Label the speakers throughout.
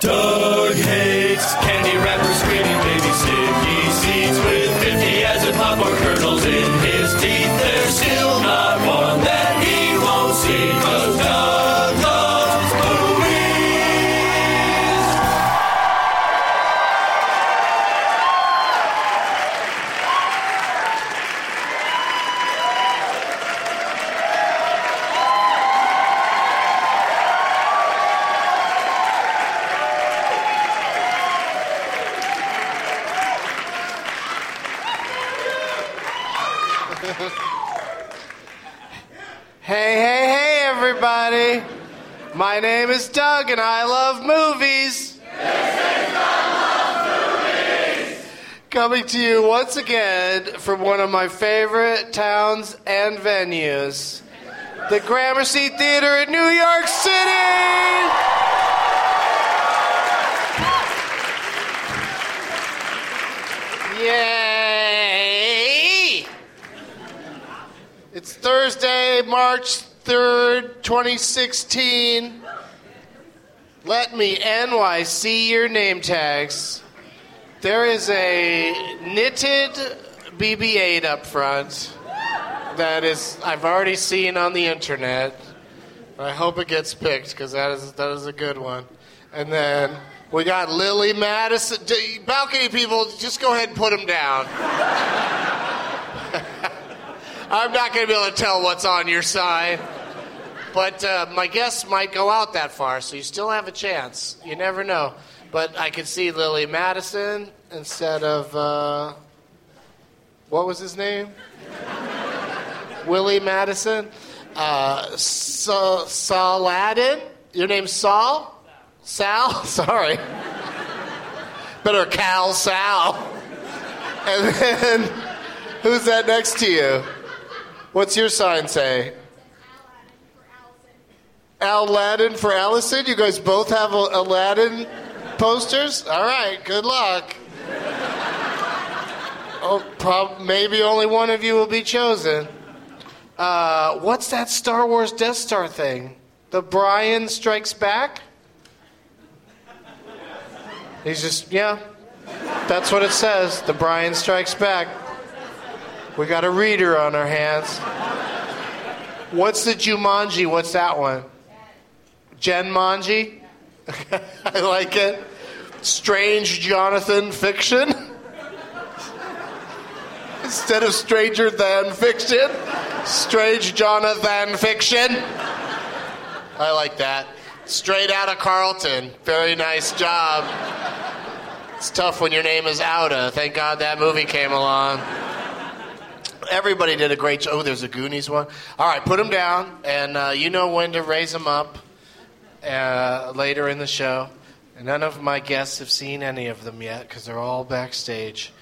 Speaker 1: Doug hates candy wrappers, screaming baby sticky seeds with 50 as in popcorn kernels in his teeth. There's still not one that he won't see 'cause Doug loves movies.
Speaker 2: Hey, hey, hey, everybody. My name is Doug and I love movies. This is Doug Movies. Coming to you once again from one of my favorite towns and venues, the Gramercy Theater in New York City. Yay! It's Thursday, March 3rd, 2016. Let me NYC your name tags. There is a knitted BB 8 up front that is, I've already seen on the internet. I hope it gets picked because that is, that is a good one. And then we got Lily Madison. D- balcony people, just go ahead and put them down. I'm not going to be able to tell what's on your sign. But uh, my guess might go out that far, so you still have a chance. You never know. But I could see Lily Madison instead of, uh, what was his name? Willie Madison. Uh, so, Saladin? Your name's Saul? Sal? Sorry. Better Cal Sal. And then, who's that next to you? What's your sign say? Aladdin for Allison. You guys both have a Aladdin posters? All right, good luck. Oh, prob- maybe only one of you will be chosen. Uh, what's that Star Wars Death Star thing? The Brian Strikes Back? He's just, yeah, that's what it says. The Brian Strikes Back. We got a reader on our hands. What's the Jumanji? What's that one? Jen Manji? I like it. Strange Jonathan fiction? Instead of stranger than fiction, strange Jonathan fiction. I like that. Straight out of Carlton. Very nice job. It's tough when your name is Outa. Thank God that movie came along. Everybody did a great job. Oh, there's a Goonies one. All right, put them down, and uh, you know when to raise them up uh, later in the show. And none of my guests have seen any of them yet because they're all backstage.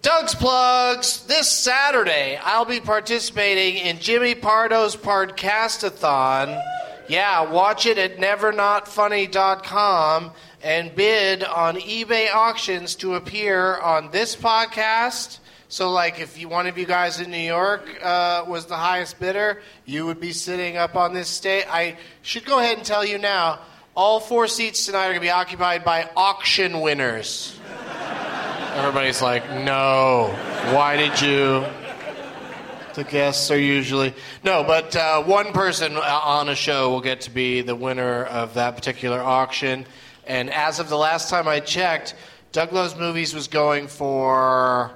Speaker 2: Doug's plugs. This Saturday, I'll be participating in Jimmy Pardo's Podcastathon. Yeah, watch it at nevernotfunny.com and bid on eBay auctions to appear on this podcast. So, like, if you, one of you guys in New York uh, was the highest bidder, you would be sitting up on this stage. I should go ahead and tell you now all four seats tonight are going to be occupied by auction winners. Everybody's like, no, why did you? The guests are usually. No, but uh, one person uh, on a show will get to be the winner of that particular auction. And as of the last time I checked, Doug Loves Movies was going for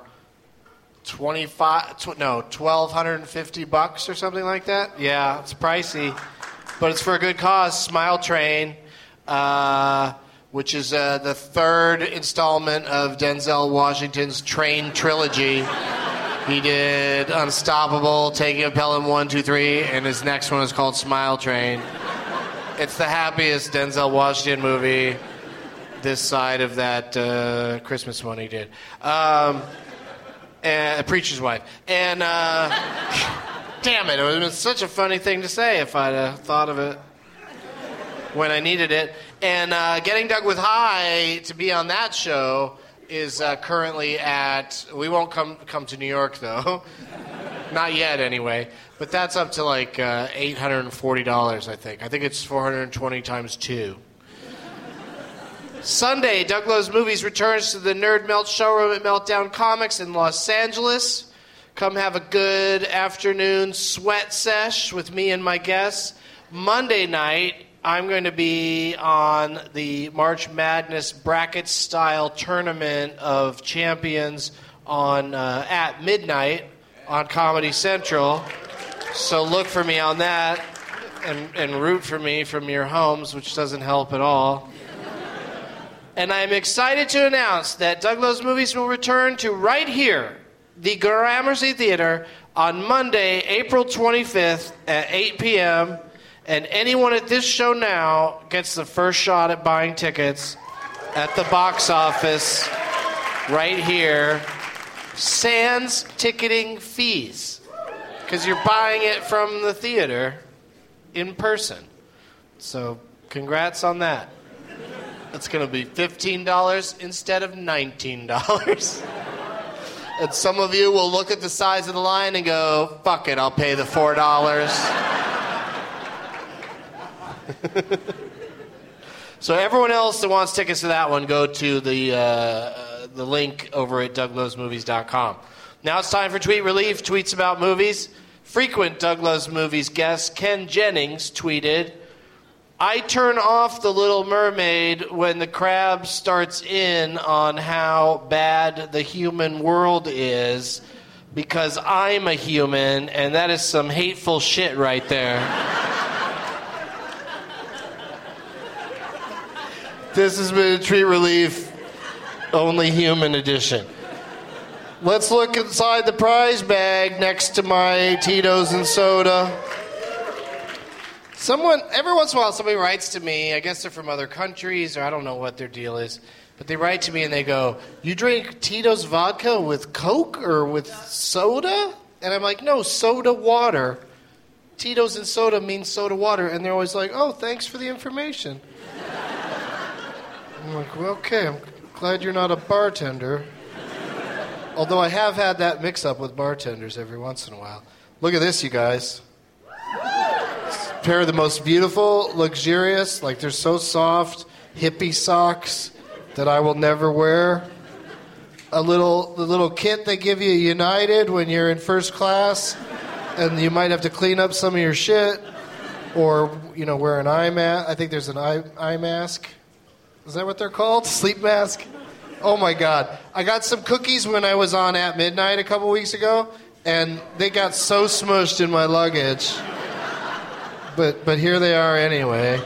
Speaker 2: 25 tw- no 1250 bucks or something like that yeah it's pricey but it's for a good cause smile train uh, which is uh, the third installment of denzel washington's train trilogy he did unstoppable taking a pelham 123 and his next one is called smile train it's the happiest denzel washington movie this side of that uh, christmas one he did um, and a preacher's wife. And uh, damn it, it would have been such a funny thing to say if I'd uh, thought of it when I needed it. And uh, getting Doug with High to be on that show is uh, currently at. We won't come come to New York though, not yet anyway. But that's up to like uh, eight hundred and forty dollars, I think. I think it's four hundred and twenty times two. Sunday, Doug Loves Movies returns to the Nerd Melt showroom at Meltdown Comics in Los Angeles. Come have a good afternoon sweat sesh with me and my guests. Monday night, I'm going to be on the March Madness bracket style tournament of champions on uh, at midnight on Comedy Central. So look for me on that and, and root for me from your homes, which doesn't help at all. And I am excited to announce that Doug Loves Movies will return to right here, the Gramercy Theater, on Monday, April 25th at 8 p.m. And anyone at this show now gets the first shot at buying tickets at the box office right here. Sans ticketing fees, because you're buying it from the theater in person. So, congrats on that. It's going to be $15 instead of $19. and some of you will look at the size of the line and go, fuck it, I'll pay the $4. so everyone else that wants tickets to that one, go to the, uh, uh, the link over at douglovesmovies.com. Now it's time for Tweet Relief, tweets about movies. Frequent Doug Loves Movies guest Ken Jennings tweeted, I turn off The Little Mermaid when the crab starts in on how bad the human world is because I'm a human, and that is some hateful shit right there. this has been a Treat Relief Only Human Edition. Let's look inside the prize bag next to my Tito's and soda. Someone every once in a while somebody writes to me, I guess they're from other countries or I don't know what their deal is, but they write to me and they go, "You drink Tito's vodka with Coke or with soda?" And I'm like, "No, soda water." Tito's and soda means soda water, and they're always like, "Oh, thanks for the information." I'm like, well, okay, I'm glad you're not a bartender. Although I have had that mix up with bartenders every once in a while. Look at this, you guys. It's a pair of the most beautiful, luxurious, like they're so soft, hippie socks that I will never wear. A little, the little kit they give you at United when you're in first class, and you might have to clean up some of your shit, or you know, wear an eye mask. I think there's an eye, eye mask. Is that what they're called? Sleep mask? Oh my God. I got some cookies when I was on at midnight a couple weeks ago, and they got so smushed in my luggage. But, but here they are anyway.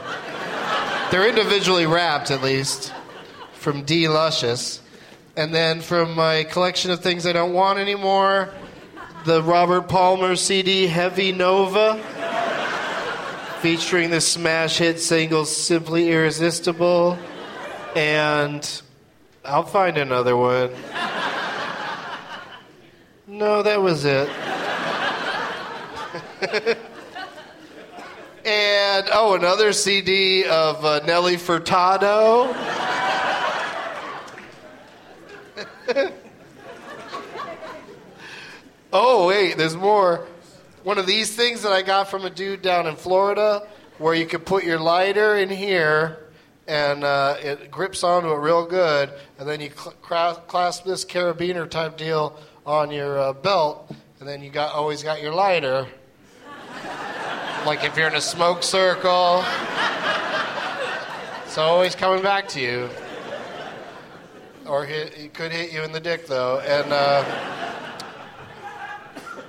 Speaker 2: They're individually wrapped, at least, from D. Luscious. And then from my collection of things I don't want anymore, the Robert Palmer CD Heavy Nova featuring the smash hit single Simply Irresistible. And I'll find another one. No, that was it. and, oh, another CD of uh, Nelly Furtado. Oh, wait, there's more. One of these things that I got from a dude down in Florida where you can put your lighter in here and uh, it grips onto it real good, and then you cl- cra- clasp this carabiner type deal on your uh, belt, and then you got always got your lighter. like if you're in a smoke circle, it's always coming back to you. Or hit, it could hit you in the dick though, and. Uh,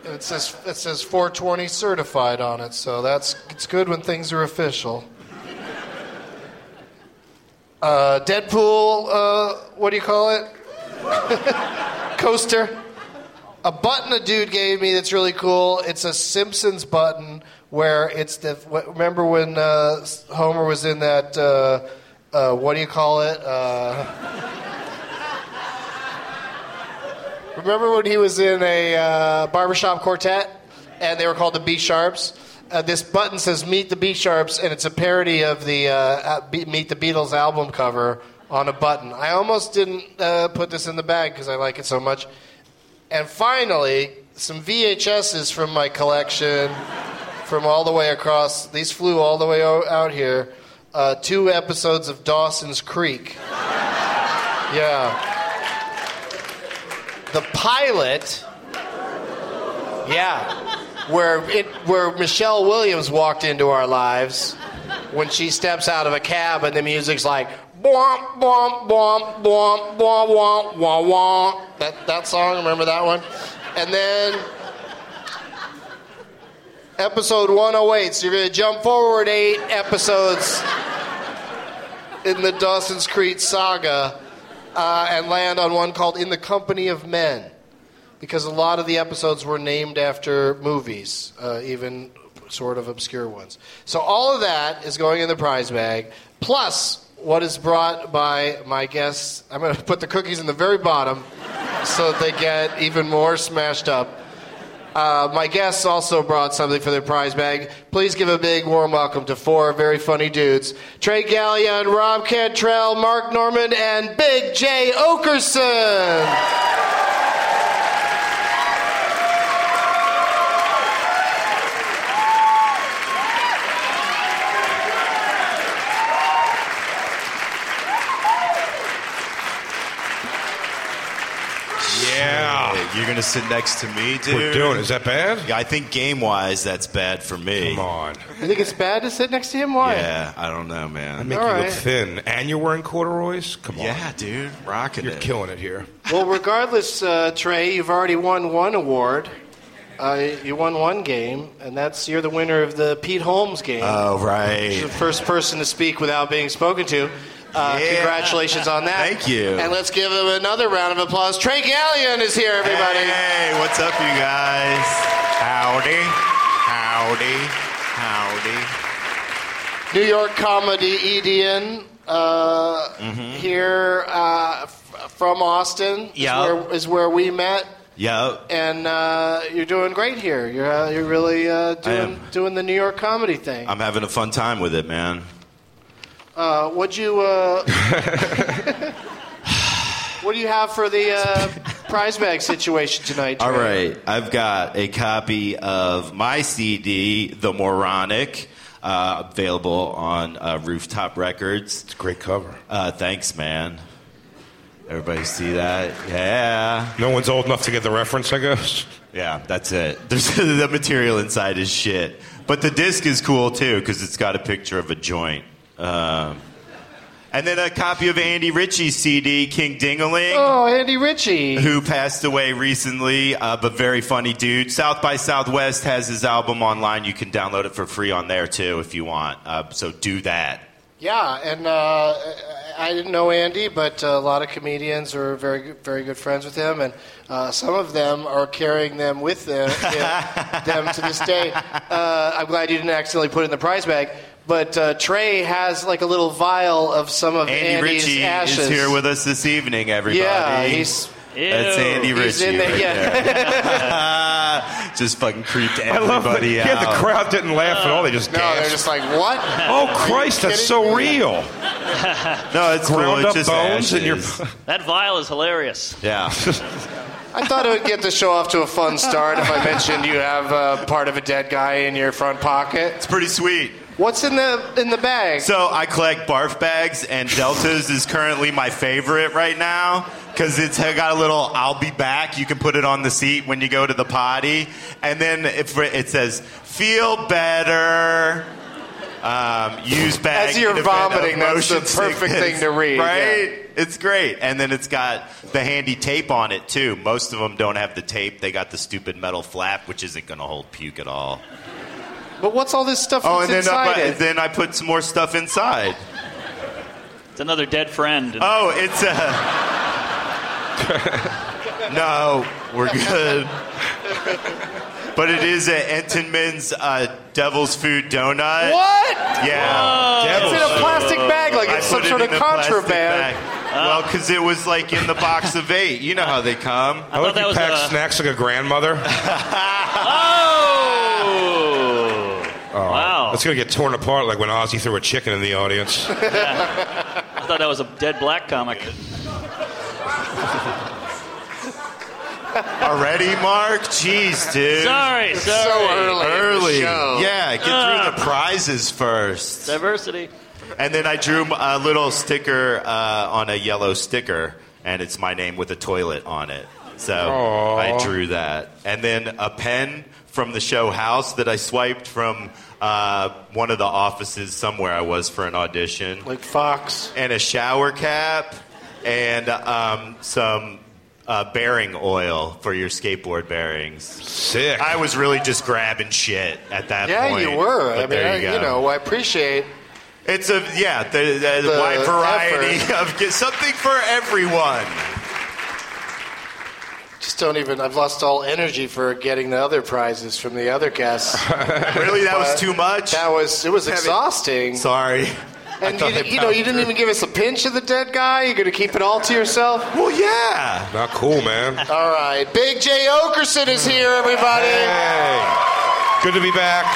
Speaker 2: it says it says 420 certified on it, so that's it's good when things are official. Uh, Deadpool, uh, what do you call it? Coaster. A button a dude gave me that's really cool. It's a Simpsons button where it's the. wh- Remember when uh, Homer was in that? Uh, uh, what do you call it? Uh, Remember when he was in a uh, barbershop quartet and they were called the B Sharps? Uh, this button says Meet the B Sharps, and it's a parody of the uh, uh, Be- Meet the Beatles album cover on a button. I almost didn't uh, put this in the bag because I like it so much. And finally, some VHSs from my collection from all the way across. These flew all the way o- out here. Uh, two episodes of Dawson's Creek. Yeah the pilot. Yeah, where it, where Michelle Williams walked into our lives when she steps out of a cab and the music's like bwomp bwomp bwomp bwomp bwomp womp womp womp. That that song, remember that one? And then episode 108. So you're gonna jump forward eight episodes in the Dawson's Creek saga uh, and land on one called In the Company of Men because a lot of the episodes were named after movies, uh, even sort of obscure ones. So all of that is going in the prize bag, plus what is brought by my guests. I'm going to put the cookies in the very bottom so that they get even more smashed up. Uh, my guests also brought something for their prize bag. Please give a big warm welcome to four very funny dudes Trey Gallion, Rob Cantrell, Mark Norman, and Big J. Okerson.
Speaker 3: Yeah. You're going to sit next to me, dude.
Speaker 4: We're doing. Is that bad?
Speaker 3: Yeah, I think game wise, that's bad for me.
Speaker 4: Come on.
Speaker 2: You think it's bad to sit next to him? Why?
Speaker 3: Yeah, I don't know,
Speaker 4: I
Speaker 3: man.
Speaker 4: make
Speaker 2: All
Speaker 4: you
Speaker 2: right.
Speaker 4: look thin, and you're wearing corduroys. Come on.
Speaker 3: yeah, dude, rocking
Speaker 4: You're
Speaker 3: it.
Speaker 4: killing it here.
Speaker 2: Well, regardless, uh, Trey, you've already won one award. Uh, you won one game, and that's you're the winner of the Pete Holmes game.
Speaker 3: Oh
Speaker 2: the
Speaker 3: right.
Speaker 2: first person to speak without being spoken to. Uh,
Speaker 3: Yeah.
Speaker 2: Congratulations on that.
Speaker 3: Thank you.
Speaker 2: And let's give him another round of applause. Trey Gallion is here, everybody.
Speaker 3: Hey, what's up, you guys? Howdy, howdy, howdy.
Speaker 2: New York comedy Edian uh,
Speaker 3: Mm-hmm.
Speaker 2: here uh, f- from Austin is
Speaker 3: Yeah.
Speaker 2: where- is where we met.
Speaker 3: Yup.
Speaker 2: And uh, you're doing great here. You're, uh, you're really uh, doing,
Speaker 3: am.
Speaker 2: doing the New York comedy thing.
Speaker 3: I'm having a fun time with it, man.
Speaker 2: Uh, what'd you, uh, what do you have for the uh, prize bag situation tonight?
Speaker 3: All
Speaker 2: Trey?
Speaker 3: right, I've got a copy of my CD, The Moronic, uh, available on uh, Rooftop Records.
Speaker 4: It's a great cover.
Speaker 3: Uh, thanks, man. Everybody see that? Yeah.
Speaker 4: No one's old enough to get the reference, I guess.
Speaker 3: Yeah, that's it. There's, the material inside is shit. But the disc is cool, too, because it's got a picture of a joint. Um, and then a copy of Andy Ritchie's CD, King Dingaling.
Speaker 2: Oh, Andy Ritchie.
Speaker 3: who passed away recently, uh, but very funny dude. South by Southwest has his album online. You can download it for free on there too if you want. Uh, so do that.
Speaker 2: Yeah, and uh, I didn't know Andy, but uh, a lot of comedians are very, good- very good friends with him, and uh, some of them are carrying them with them, them to this day. Uh, I'm glad you didn't accidentally put it in the prize bag. But uh, Trey has like a little vial of some of
Speaker 3: Andy
Speaker 2: Andy's
Speaker 3: Ritchie
Speaker 2: ashes.
Speaker 3: is here with us this evening, everybody.
Speaker 2: Yeah, he's-
Speaker 3: That's Andy Ritchie.
Speaker 2: He's in there,
Speaker 3: right
Speaker 2: yeah.
Speaker 3: there. Just fucking creeped
Speaker 4: that.
Speaker 3: everybody
Speaker 4: Yeah,
Speaker 3: out.
Speaker 4: the crowd didn't laugh at all. They just
Speaker 2: No, they're
Speaker 4: gasped.
Speaker 2: just like, what?
Speaker 4: oh, Christ, that's so real.
Speaker 3: No, it's cool.
Speaker 4: Ground
Speaker 3: It's
Speaker 4: up
Speaker 3: just
Speaker 4: bones in your-
Speaker 3: ashes.
Speaker 5: That vial is hilarious.
Speaker 3: Yeah.
Speaker 2: I thought it would get the show off to a fun start if I mentioned you have uh, part of a dead guy in your front pocket.
Speaker 3: It's pretty sweet.
Speaker 2: What's in the in the bag?
Speaker 3: So I collect barf bags, and Deltas is currently my favorite right now because it's got a little "I'll be back." You can put it on the seat when you go to the potty, and then if it says "Feel better." Um, use bag
Speaker 2: As you're
Speaker 3: in event of
Speaker 2: vomiting, that's the
Speaker 3: motion
Speaker 2: perfect
Speaker 3: sickness,
Speaker 2: thing to read,
Speaker 3: right? It's great, and then it's got the handy tape on it too. Most of them don't have the tape; they got the stupid metal flap, which isn't going to hold puke at all.
Speaker 2: But what's all this stuff
Speaker 3: Oh,
Speaker 2: that's
Speaker 3: and then,
Speaker 2: inside
Speaker 3: I,
Speaker 2: it?
Speaker 3: then I put some more stuff inside.
Speaker 5: It's another dead friend.
Speaker 3: Oh, it's a. no, we're good. But it is a Entenmann's uh, Devil's Food Donut.
Speaker 2: what? It's
Speaker 3: Yeah. Devil's
Speaker 2: in a
Speaker 3: Food.
Speaker 2: plastic bag like
Speaker 3: Oh, uh, I
Speaker 2: it's some
Speaker 3: put it
Speaker 2: sort of
Speaker 3: in a plastic
Speaker 2: contraband.
Speaker 3: bag. Well, because it was like in the box of eight. You know how they come.
Speaker 4: I like
Speaker 5: that
Speaker 4: you
Speaker 5: was uh,
Speaker 4: pack
Speaker 5: a-
Speaker 4: snacks like a grandmother.
Speaker 5: Oh! Wow.
Speaker 4: That's going to get torn apart like when Ozzy threw a chicken in the audience.
Speaker 5: I thought that was a dead black comic.
Speaker 3: Already, Mark? Jeez, dude.
Speaker 5: Sorry, sorry.
Speaker 2: So early.
Speaker 3: Early.
Speaker 2: Show.
Speaker 3: Yeah, get through the prizes first.
Speaker 5: Diversity.
Speaker 3: And then I drew a little sticker uh, on a yellow sticker, and it's my name with a toilet on it. So I drew that. And then a pen from the show house that I swiped from uh, one of the offices somewhere I was for an audition,
Speaker 2: Like Fox.
Speaker 3: and a shower cap, and um, some uh, bearing oil for your skateboard bearings.
Speaker 4: Sick.
Speaker 3: I was really just grabbing shit at that
Speaker 2: Yeah,
Speaker 3: point.
Speaker 2: you were.
Speaker 3: But
Speaker 2: I mean,
Speaker 3: there
Speaker 2: I,
Speaker 3: you, go.
Speaker 2: you know, I appreciate.
Speaker 3: It's a yeah, the, the,
Speaker 2: The
Speaker 3: wide variety of get something for everyone.
Speaker 2: Just don't even. I've lost all energy for getting the other prizes from the other guests.
Speaker 3: Really, that was
Speaker 2: But
Speaker 3: too much.
Speaker 2: That was. It was
Speaker 3: Heavy.
Speaker 2: exhausting.
Speaker 3: Sorry. I
Speaker 2: and
Speaker 3: thought I
Speaker 2: you, you know, you didn't
Speaker 3: powered
Speaker 2: even give us a pinch of the dead guy. You're gonna keep it all to yourself.
Speaker 3: through. Well, yeah.
Speaker 4: Not cool, man.
Speaker 2: All right, Big J Okerson is here, everybody.
Speaker 4: Hey. Good to be back.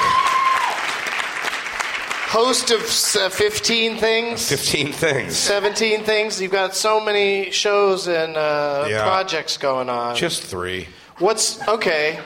Speaker 2: Host of s- uh, 15 things.
Speaker 4: 15 things.
Speaker 2: 17 things. You've got so many shows and uh,
Speaker 4: Yeah.
Speaker 2: projects going on.
Speaker 4: Just three.
Speaker 2: What's okay?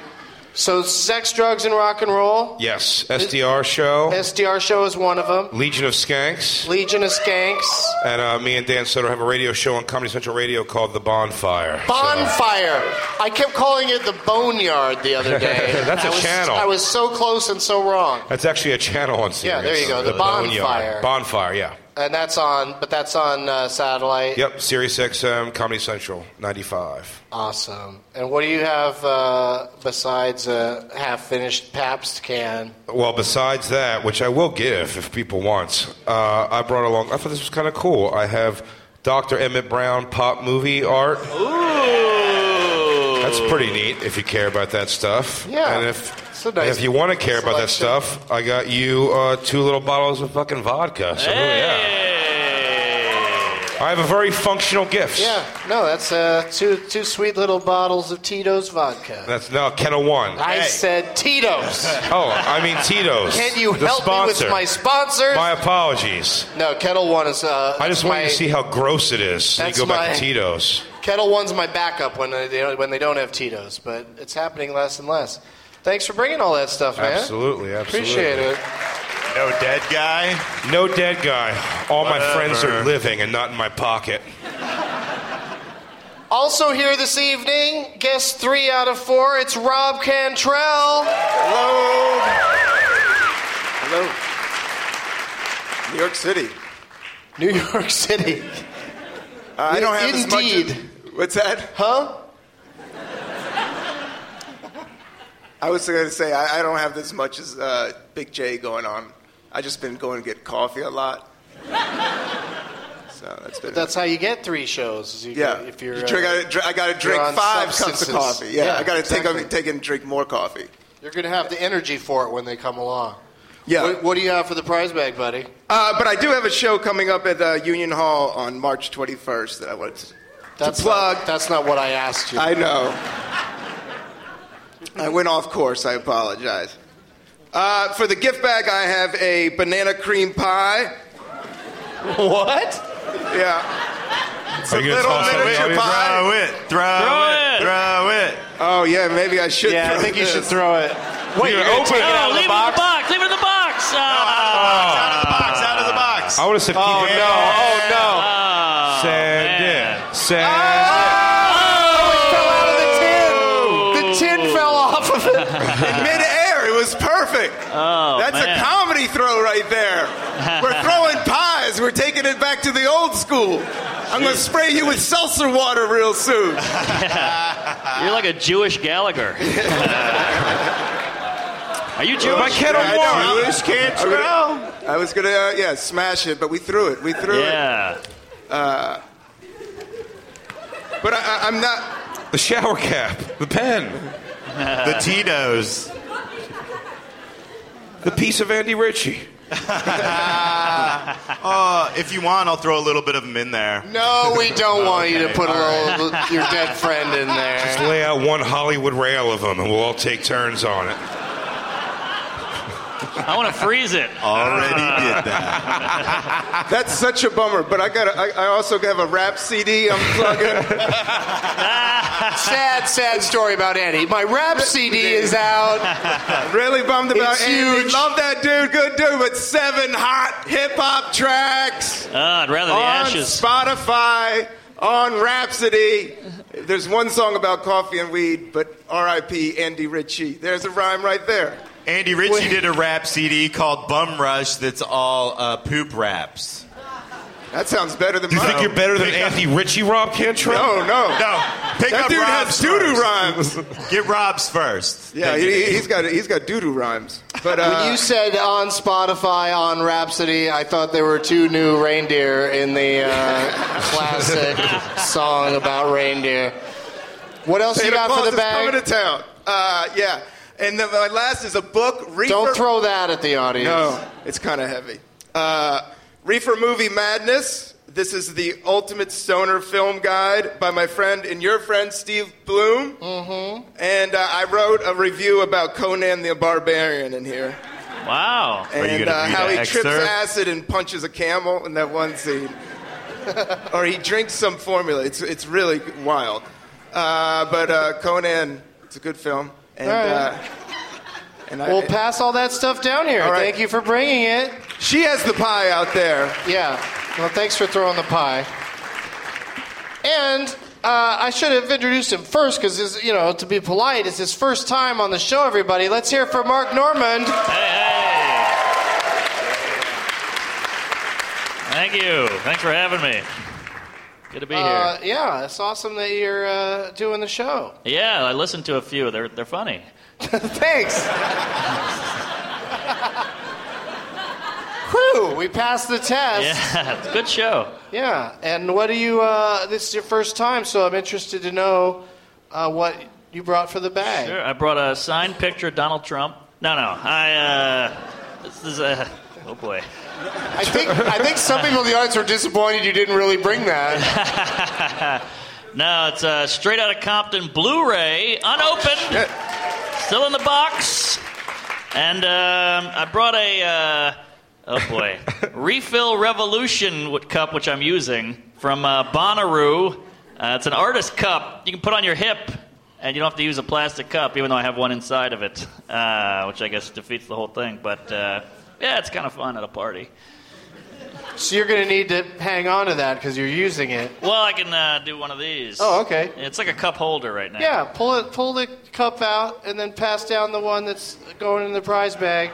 Speaker 2: So, sex, drugs, and rock and roll.
Speaker 4: Yes. SDR show.
Speaker 2: SDR show is one of them.
Speaker 4: Legion of Skanks.
Speaker 2: Legion of Skanks.
Speaker 4: And uh, me and Dan Soder have a radio show on Comedy Central Radio called The Bonfire. So-
Speaker 2: Bonfire. I kept calling it the Boneyard the other day.
Speaker 4: That's a
Speaker 2: I was,
Speaker 4: channel.
Speaker 2: I was so close and so wrong.
Speaker 4: that's actually a channel on Sirius.
Speaker 2: Yeah, there you go, The
Speaker 4: Boneyard.
Speaker 2: Bonfire.
Speaker 4: Bonfire, yeah.
Speaker 2: And that's on, but that's on uh, satellite.
Speaker 4: Yep, Sirius XM, Comedy Central, 95.
Speaker 2: Awesome. And what do you have uh, besides a half-finished Pabst can?
Speaker 4: Well, besides that, which I will give if people want, uh, I brought along. I thought this was kind of cool. I have Dr. Emmett Brown pop movie art. Ooh, that's pretty neat if you care about that stuff.
Speaker 2: Yeah,
Speaker 4: and if
Speaker 2: it's a nice
Speaker 4: if you want to care about that
Speaker 2: selection.
Speaker 4: stuff, I got you uh, two little bottles of fucking vodka. So who- yeah.
Speaker 5: Hey!
Speaker 4: I have a very functional gift.
Speaker 2: Yeah, no, that's uh, two two sweet little bottles of Tito's vodka.
Speaker 4: That's no a kettle one.
Speaker 2: I
Speaker 4: Hey.
Speaker 2: said Tito's.
Speaker 4: Oh, I mean Tito's.
Speaker 2: Can you
Speaker 4: the
Speaker 2: help
Speaker 4: sponsor.
Speaker 2: me with my sponsors?
Speaker 4: My apologies.
Speaker 2: no, Kettle One is. Uh,
Speaker 4: I just
Speaker 2: my,
Speaker 4: wanted to see how gross it is. So you
Speaker 2: That's
Speaker 4: go back
Speaker 2: my-
Speaker 4: to Tito's.
Speaker 2: Kettle One's my backup when they- they don't, when they don't have Tito's, but it's happening less and less. Thanks for bringing all that stuff, man.
Speaker 4: Absolutely, absolutely.
Speaker 2: Appreciate it.
Speaker 3: No dead guy.
Speaker 4: No dead guy. All my friends are
Speaker 3: Whatever.
Speaker 4: living and not in my pocket.
Speaker 2: Also here this evening, guest three out of four. It's Rob Cantrell.
Speaker 6: Hello.
Speaker 2: Hello.
Speaker 6: New York City.
Speaker 2: New York City.
Speaker 6: Uh, I don't have as
Speaker 2: Indeed.
Speaker 6: much. What's that?
Speaker 2: Huh?
Speaker 6: I was going to say I, I don't have as much as uh, Big J going on. I just been going to get coffee a lot. so that's been.
Speaker 2: That's how you get three shows. is you-
Speaker 6: yeah.
Speaker 2: If you're,
Speaker 6: You drink-
Speaker 2: uh,
Speaker 6: I gotta dr- I got to
Speaker 2: you're
Speaker 6: drink
Speaker 2: on
Speaker 6: five cups of
Speaker 2: substances.
Speaker 6: coffee. Yeah,
Speaker 2: Yeah,
Speaker 6: I got to
Speaker 2: exactly.
Speaker 6: take a, take and drink more coffee.
Speaker 2: You're going to have the energy for it when they come along.
Speaker 6: Yeah.
Speaker 2: What, what do you have for the prize bag, buddy?
Speaker 6: Uh, but I do have a show coming up at uh, Union Hall on March 21st that I want to,
Speaker 2: That's
Speaker 6: to plug.
Speaker 2: Not, that's not what I asked you.
Speaker 6: I know. I went off course. I apologize. Uh, for the gift bag, I have a banana cream pie.
Speaker 2: what?
Speaker 6: Yeah. It's
Speaker 4: Are you gonna toss that in the
Speaker 6: miniature
Speaker 4: audience?
Speaker 3: Throw it. Throw, it.
Speaker 5: it.
Speaker 3: Throw it.
Speaker 6: Oh yeah, maybe I should.
Speaker 2: Yeah, I
Speaker 6: throw
Speaker 2: think you
Speaker 6: this.
Speaker 2: should throw it. Wait,
Speaker 4: you're gonna take it
Speaker 5: No, leave it in the box. Leave it in the box. Ah.
Speaker 3: out of the box. Out of the box.
Speaker 4: I would have said oh, keep it.
Speaker 6: Oh
Speaker 5: Ah,
Speaker 2: Oh,
Speaker 4: Send
Speaker 5: man.
Speaker 4: it. Send
Speaker 6: no!
Speaker 2: The tin fell off of it.
Speaker 6: In midair, it was perfect.
Speaker 5: Oh,
Speaker 6: That's
Speaker 5: man.
Speaker 6: a comedy throw right there. We're throwing pies. We're taking it back to the old school. I'm gonna spray you with seltzer water real soon.
Speaker 5: You're like a Jewish Gallagher. Are you
Speaker 4: it.
Speaker 5: Jewish?
Speaker 4: My kettle
Speaker 6: Yeah, I know.
Speaker 4: one.
Speaker 3: Jewish can't
Speaker 6: I
Speaker 3: throw.
Speaker 6: was- I was gonna, uh, yeah, smash it, but we threw it. We threw
Speaker 5: Yeah.
Speaker 6: it. But I, I, I'm not.
Speaker 4: The shower cap. The pen.
Speaker 3: The Tito's.
Speaker 4: The piece of Andy Ritchie.
Speaker 3: Uh, if you want, I'll throw a little bit of them in there.
Speaker 2: No, we don't want you to put a little your dead friend in
Speaker 4: Just
Speaker 2: there.
Speaker 4: lay out one Hollywood rail of them, and we'll all take turns on it.
Speaker 5: I want to freeze it.
Speaker 3: Already did that.
Speaker 6: That's such a bummer. But I got. I, I also have a rap CD. I'm plugging.
Speaker 2: Sad, sad story about Andy. My rap CD is out.
Speaker 6: really bummed about
Speaker 2: It's
Speaker 6: Andy.
Speaker 2: huge.
Speaker 6: Love that dude. Good dude. But seven hot hip hop tracks
Speaker 5: Ah, I'd rather the
Speaker 6: on
Speaker 5: ashes.
Speaker 6: Spotify on Rhapsody. There's one song about coffee and weed, but R.I.P. Andy Ritchie. There's a rhyme right there.
Speaker 3: Andy Ritchie did a rap CD called Bum Rush that's all uh, poop raps.
Speaker 6: That sounds better than
Speaker 4: Do you
Speaker 6: mine.
Speaker 4: think you're better than Andy Ritchie, Rob Cantrell?
Speaker 6: No, no,
Speaker 3: No, pick
Speaker 6: That
Speaker 3: up
Speaker 6: dude has
Speaker 3: Rob's
Speaker 6: doo-doo
Speaker 3: first.
Speaker 6: rhymes.
Speaker 3: Get Rob's first.
Speaker 6: Yeah,
Speaker 3: Take
Speaker 6: he,
Speaker 3: it.
Speaker 6: he's got he's got doo doo rhymes. But uh,
Speaker 2: When you said on Spotify, on Rhapsody, I thought there were two new reindeer in the uh, classic song about reindeer. What else you
Speaker 6: Santa
Speaker 2: got
Speaker 6: Claus
Speaker 2: for the
Speaker 6: is coming
Speaker 2: bag?
Speaker 6: to town. Uh, yeah, and then my last is a book. Reefer.
Speaker 2: Don't throw that at the audience.
Speaker 6: No, it's kind of heavy. Uh, Reefer Movie Madness. This is the ultimate stoner film guide by my friend and your friend Steve Bloom. Mm-hmm. And uh, I wrote a review about Conan the Barbarian in here,
Speaker 5: Wow.
Speaker 3: you
Speaker 6: and
Speaker 3: gonna
Speaker 6: uh,
Speaker 3: read
Speaker 6: how
Speaker 3: an
Speaker 6: he trips
Speaker 3: excerpt?
Speaker 6: acid and punches a camel in that one scene, or he drinks some formula. It's it's really wild. Uh, but uh, Conan, it's a good film, and. Uh, and I,
Speaker 2: We'll pass all that stuff down here.
Speaker 6: All right.
Speaker 2: Thank you for bringing it.
Speaker 6: she has the pie out there.
Speaker 2: Yeah. Well, thanks for throwing the pie. And uh, I should have introduced him first because, you know, to be polite, it's his first time on the show, everybody. Let's hear it for Mark Normand.
Speaker 5: Hey, hey. Thank you. Thanks for having me. Good to be
Speaker 2: Uh, yeah, it's awesome that you're uh, doing the show.
Speaker 5: here. Yeah, I listened to a few. They're they're funny.
Speaker 2: Thanks. Whew, we passed the test.
Speaker 5: Yeah, it's a good show.
Speaker 2: Yeah. And what do you, uh, this is your first time, so I'm interested to know uh, what you brought for the bag.
Speaker 5: Sure, I brought a signed picture of Donald Trump. No, no. I uh, this is a oh boy.
Speaker 2: I think I think some people in the audience were disappointed you didn't really bring that.
Speaker 5: No, it's uh, straight out of Compton Blu-ray, unopened, still in the box, and um I brought a uh, oh boy, refill Revolution w- cup, which I'm using from uh, Bonnaroo. Uh, it's an artist cup you can put on your hip, and you don't have to use a plastic cup, even though I have one inside of it, uh, which I guess defeats the whole thing. But uh, yeah, it's kind of fun at a party.
Speaker 2: So you're going to need to hang on to that because you're using it.
Speaker 5: Well, I can uh, do one of these.
Speaker 2: Oh, okay.
Speaker 5: It's like a cup holder right now.
Speaker 2: Yeah, pull it, pull the cup out, and then pass down the one that's going in the prize bag.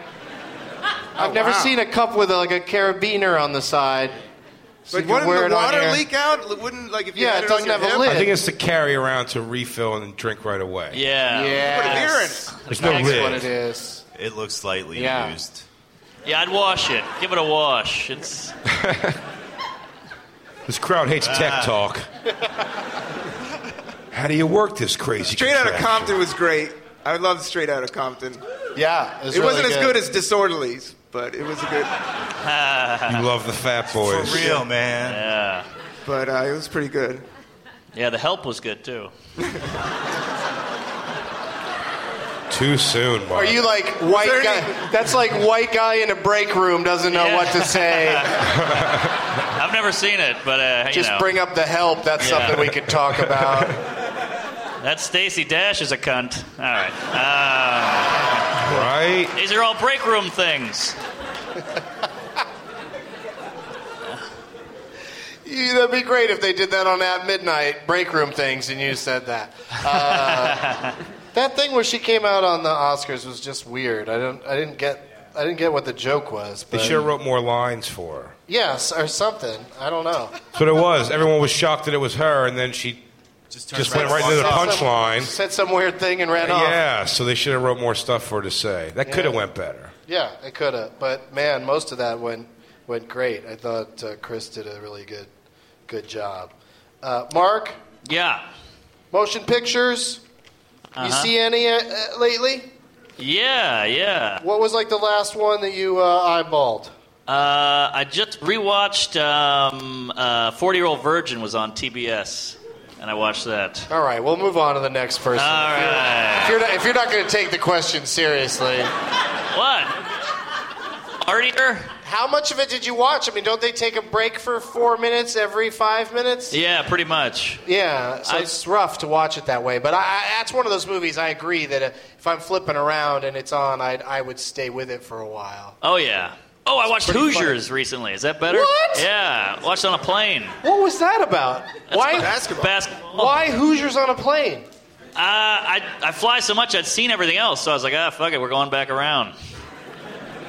Speaker 2: I've never
Speaker 6: wow.
Speaker 2: seen a cup with a, like a carabiner on the side. So
Speaker 6: But
Speaker 2: you can wear
Speaker 6: wouldn't the
Speaker 2: it on
Speaker 6: water
Speaker 2: your-
Speaker 6: leak out? Wouldn't like if you
Speaker 2: Yeah,
Speaker 6: had
Speaker 2: it
Speaker 6: it, on
Speaker 2: doesn't
Speaker 6: your
Speaker 2: have a
Speaker 6: hip?
Speaker 2: lid.
Speaker 4: I think it's to carry around to refill and drink right away.
Speaker 5: Yeah.
Speaker 2: Yeah.
Speaker 6: Put a beer in it.
Speaker 4: There's no
Speaker 2: That's what
Speaker 4: lid.
Speaker 2: it is.
Speaker 3: It looks slightly
Speaker 2: Yeah.
Speaker 3: used.
Speaker 5: Yeah, I'd wash it. Give it a wash. It's
Speaker 4: This crowd hates
Speaker 2: Ah.
Speaker 4: tech talk. How do you work this crazy?
Speaker 6: Straight out of
Speaker 4: contraption?
Speaker 6: Compton was great. I loved Straight Out of Compton.
Speaker 2: Yeah,
Speaker 6: It wasn't as good as Disorderlies, but it was a good.
Speaker 4: You love the Fat
Speaker 3: For
Speaker 4: Boys.
Speaker 3: real, man.
Speaker 6: But uh, it was pretty good.
Speaker 5: yeah, the help was good too.
Speaker 4: Too soon, Mark.
Speaker 2: Are you like white
Speaker 6: there
Speaker 2: guy?
Speaker 6: any-
Speaker 2: That's like white guy in a break room doesn't know
Speaker 5: Yeah.
Speaker 2: what to say.
Speaker 5: I've never seen it, but uh, you
Speaker 2: Just
Speaker 5: know,
Speaker 2: bring up the help. That's
Speaker 5: Yeah.
Speaker 2: something we could talk about.
Speaker 5: that Stacy Dash is a cunt. All right,
Speaker 4: right?
Speaker 5: uh, these are all break room things.
Speaker 2: Yeah, that'd be great if they did that on that midnight break room things, and you said that. Uh, that thing where she came out on the Oscars was just weird. I don't. I didn't get. I didn't get what the joke was.
Speaker 4: They
Speaker 2: But
Speaker 4: should have wrote more lines for her.
Speaker 2: yes, or something. I don't know.
Speaker 4: That's what it was. Everyone was shocked that it was her, and then she
Speaker 3: Just, turn
Speaker 4: just
Speaker 3: around
Speaker 4: went right
Speaker 3: and
Speaker 4: into the
Speaker 3: walk
Speaker 2: walked off.
Speaker 4: punchline.
Speaker 2: Said some weird thing and ran off.
Speaker 4: Yeah, so they should have wrote more stuff for her to say. That could have went better.
Speaker 2: Yeah, it could have, but man, most of that went went great. I thought uh, Chris did a really good good job. Uh, Mark,
Speaker 5: Yeah,
Speaker 2: motion pictures. You see any uh, uh, lately?
Speaker 5: yeah, yeah.
Speaker 2: What was like the last one that you uh, eyeballed?
Speaker 5: Uh, I just rewatched um, uh, 40 Year Old Virgin was on TBS, and I watched that.
Speaker 2: All right, we'll move on to the next person.
Speaker 5: All
Speaker 2: If
Speaker 5: right,
Speaker 2: you're not, if you're not going to take the question seriously,
Speaker 5: what? Art eater?
Speaker 2: how much of it did you watch? I mean, don't they take a break for four minutes every five minutes?
Speaker 5: Yeah, pretty much.
Speaker 2: Yeah, so
Speaker 5: I-
Speaker 2: it's rough to watch it that way. But I, I, that's one of those movies. I agree that uh, if I'm flipping around and it's on, I'd, I would stay with it for a while.
Speaker 5: Oh yeah. Oh, I watched
Speaker 2: pretty
Speaker 5: Hoosiers recently. Is that better?
Speaker 2: What?
Speaker 5: Yeah, watched on a plane.
Speaker 2: What was that about? why
Speaker 5: Basketball.
Speaker 2: Why Hoosiers on a plane?
Speaker 5: Uh, I, I fly so much, I'd seen everything else, so I was like, ah, fuck it, we're going back around.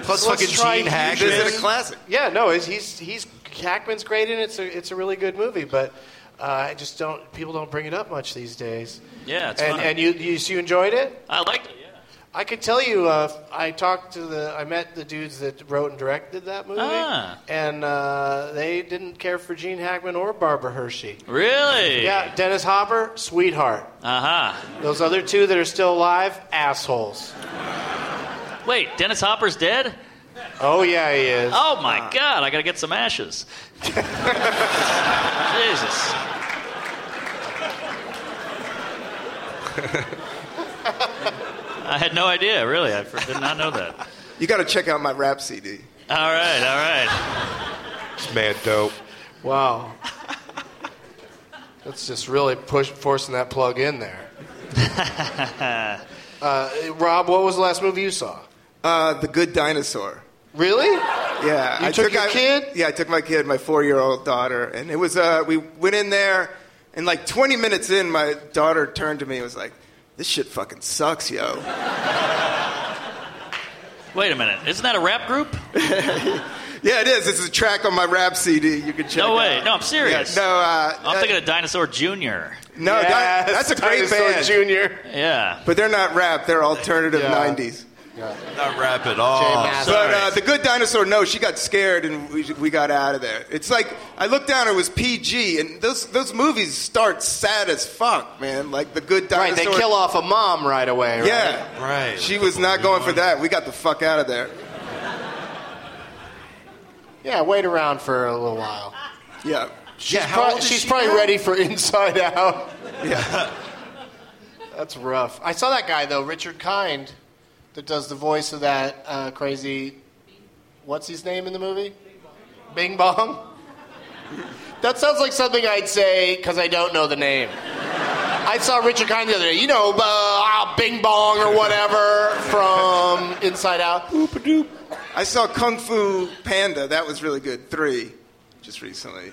Speaker 3: Plus
Speaker 2: Let's
Speaker 3: fucking
Speaker 2: try
Speaker 3: Gene
Speaker 6: This
Speaker 3: Hackman.
Speaker 6: is a classic.
Speaker 2: Yeah, no, it's, he's he's Hackman's great in it. It's a, it's a really good movie, but uh, I just don't people don't bring it up much these days.
Speaker 5: Yeah, it's
Speaker 2: and
Speaker 5: funny.
Speaker 2: and you, you so you enjoyed it?
Speaker 5: I liked it, yeah.
Speaker 2: I could tell you, uh, I talked to the, I met the dudes that wrote and directed that movie,
Speaker 5: Ah.
Speaker 2: and uh, they didn't care for Gene Hackman or Barbara Hershey.
Speaker 5: Really?
Speaker 2: Yeah, Dennis Hopper, sweetheart.
Speaker 5: Uh huh.
Speaker 2: Those other two that are still alive, assholes.
Speaker 5: Wait, Dennis Hopper's dead?
Speaker 2: Oh yeah, he is.
Speaker 5: Oh my
Speaker 2: Uh-huh.
Speaker 5: god, I gotta get some ashes. Jesus. I had no idea, really. I f- did not know that.
Speaker 6: You got to check out my rap CD.
Speaker 5: All right, all right.
Speaker 4: It's mad dope.
Speaker 2: Wow. That's just really push, forcing that plug in there. uh, Rob, what was the last movie you saw?
Speaker 6: Uh, the Good Dinosaur.
Speaker 2: Really?
Speaker 6: Yeah,
Speaker 2: You took your
Speaker 6: I-
Speaker 2: kid?
Speaker 6: Yeah, I took my kid, my four-year-old daughter, and it was. Uh, we went in there, and like 20 minutes in, my daughter turned to me and was like, "This shit fucking sucks, yo."
Speaker 5: Wait a minute. Isn't that a rap group?
Speaker 6: yeah, it is. It's a track on my rap CD. You can check.
Speaker 5: No way.
Speaker 6: out.
Speaker 5: No, I'm serious.
Speaker 6: Yeah, no, uh,
Speaker 5: I'm
Speaker 6: uh,
Speaker 5: thinking of Dinosaur Jr.
Speaker 6: no. that- that's a great
Speaker 2: Dinosaur
Speaker 6: band,
Speaker 2: Junior.
Speaker 5: Yeah.
Speaker 6: but they're not rap. They're alternative
Speaker 2: Yeah.
Speaker 6: 90s.
Speaker 3: Not rap at all.
Speaker 2: Massey.
Speaker 6: But uh,
Speaker 2: Sorry.
Speaker 6: the good dinosaur, no, she got scared and we, we got out of there. It's like I looked down, it was PG, and those those movies start sad as fuck, man. Like the good
Speaker 2: Right,
Speaker 6: dinosaur.
Speaker 2: they kill off a mom right away. Right?
Speaker 6: Yeah,
Speaker 3: Right.
Speaker 6: She was not going for that. We got the fuck out of there.
Speaker 2: Yeah, wait around for a little while.
Speaker 6: Yeah.
Speaker 2: She's,
Speaker 3: how
Speaker 2: prob-
Speaker 3: old is
Speaker 2: she's
Speaker 3: she
Speaker 2: probably
Speaker 3: now?
Speaker 2: ready for Inside Out. That's rough. I saw that guy, though, Richard Kind, that does the voice of that uh, crazy. What's his name in the movie? Bing Bong? That sounds like something I'd say because I don't know the name. I saw Richard Kind the other day. You know, uh, ah, Bing Bong or whatever from Inside Out.
Speaker 6: I saw Kung Fu Panda. That was really good. Three, just recently.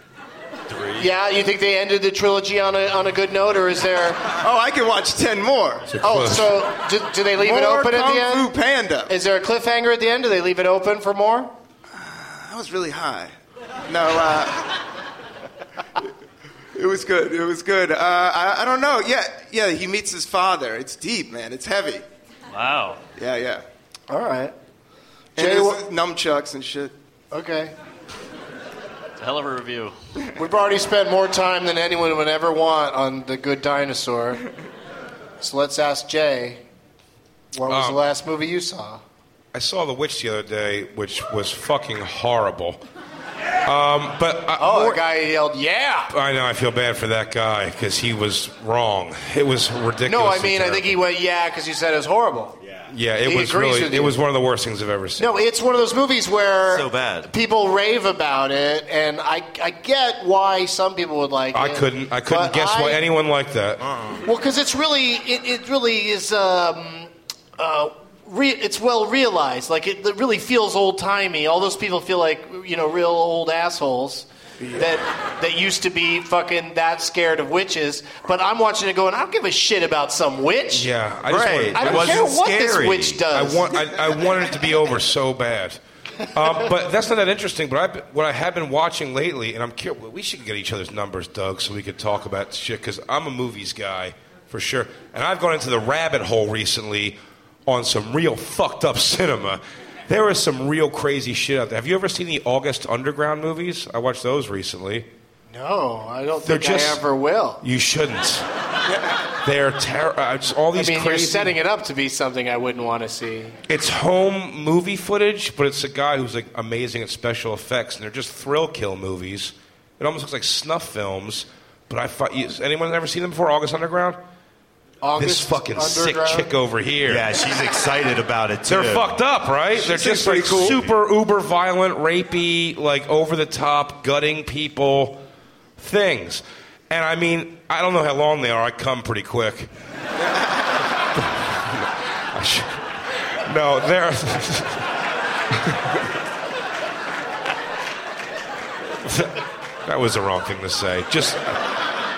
Speaker 2: Yeah, you think they ended the trilogy on a, on a good note, or is there?
Speaker 6: Oh, I can watch ten more.
Speaker 2: Oh, so do, do they leave
Speaker 6: more
Speaker 2: it open
Speaker 6: Kung
Speaker 2: at the
Speaker 6: Fu
Speaker 2: end?
Speaker 6: Panda.
Speaker 2: Is there a cliffhanger at the end? Do they leave it open for more?
Speaker 6: I was really high. No, uh, it was good. It was good. Uh, I, I don't know. Yeah, yeah. He meets his father. It's deep, man. It's heavy.
Speaker 5: Wow.
Speaker 6: Yeah, yeah.
Speaker 2: All right.
Speaker 6: And
Speaker 2: Jay,
Speaker 6: his
Speaker 2: wha-
Speaker 6: nunchucks and shit.
Speaker 2: Okay.
Speaker 5: It's a hell of a review.
Speaker 2: We've already spent more time than anyone would ever want on The Good Dinosaur. So let's ask Jay, what was
Speaker 4: Um,
Speaker 2: the last movie you saw?
Speaker 4: I saw The Witch the other day, which was fucking horrible. Um, but I,
Speaker 2: Oh,
Speaker 4: more-
Speaker 2: the guy yelled, "Yeah!"
Speaker 4: I know I feel bad for that guy because he was wrong. It was ridiculous.
Speaker 2: No, I mean, I think he went, "Yeah," because you said it was horrible.
Speaker 4: Yeah, it
Speaker 2: he
Speaker 4: was
Speaker 2: agrees
Speaker 4: really.
Speaker 2: with
Speaker 4: It
Speaker 2: you.
Speaker 4: was one of the worst things I've ever seen.
Speaker 2: No, it's one of those movies where
Speaker 3: So bad.
Speaker 2: people rave about it, and I, I get why some people would like
Speaker 4: I
Speaker 2: it.
Speaker 4: couldn't. I couldn't
Speaker 2: but
Speaker 4: guess why
Speaker 2: I-
Speaker 4: anyone liked that.
Speaker 2: Well, because it's really, it, it really is, um, uh, re- it's well realized. Like, it, it really feels old timey. All those people feel like, you know, real old assholes. That that used to be fucking that scared of witches, but I'm watching it going, I don't give a shit about some witch.
Speaker 4: Yeah, I just
Speaker 3: Right.
Speaker 4: wanted-
Speaker 2: I
Speaker 3: It
Speaker 2: don't
Speaker 3: wasn't
Speaker 2: care what this
Speaker 3: scary.
Speaker 2: witch does.
Speaker 4: I want. I, I wanted it to be over so bad. Um, but that's not that interesting. But I, what I have been watching lately, and I'm curious, we should get each other's numbers, Doug, so we could talk about shit. Because I'm a movies guy for sure, and I've gone into the rabbit hole recently on some real fucked up cinema. There is some real crazy shit out there. Have you ever seen the August Underground movies? I watched those recently.
Speaker 2: no, I don't
Speaker 4: They're
Speaker 2: think
Speaker 4: just
Speaker 2: I ever will.
Speaker 4: You shouldn't. They're terrible. All
Speaker 2: I
Speaker 4: these
Speaker 2: mean, you're
Speaker 4: crazy.
Speaker 2: setting it up to be something I wouldn't want to see.
Speaker 4: it's home movie footage, but it's a guy who's like amazing at special effects, and they're just thrill kill movies. It almost looks like snuff films. But I thought, you- has anyone ever seen them before? August Underground.
Speaker 2: August
Speaker 4: this fucking sick
Speaker 2: Underground?
Speaker 4: chick over here.
Speaker 3: Yeah, she's excited about it too.
Speaker 4: They're fucked up, right? They're
Speaker 6: seems
Speaker 4: just like
Speaker 6: pretty cool.
Speaker 4: super uber violent, rapey, like over the top, gutting people things. And I mean, I don't know how long they are. I come pretty quick. I should- no, they're. that was the wrong thing to say. Just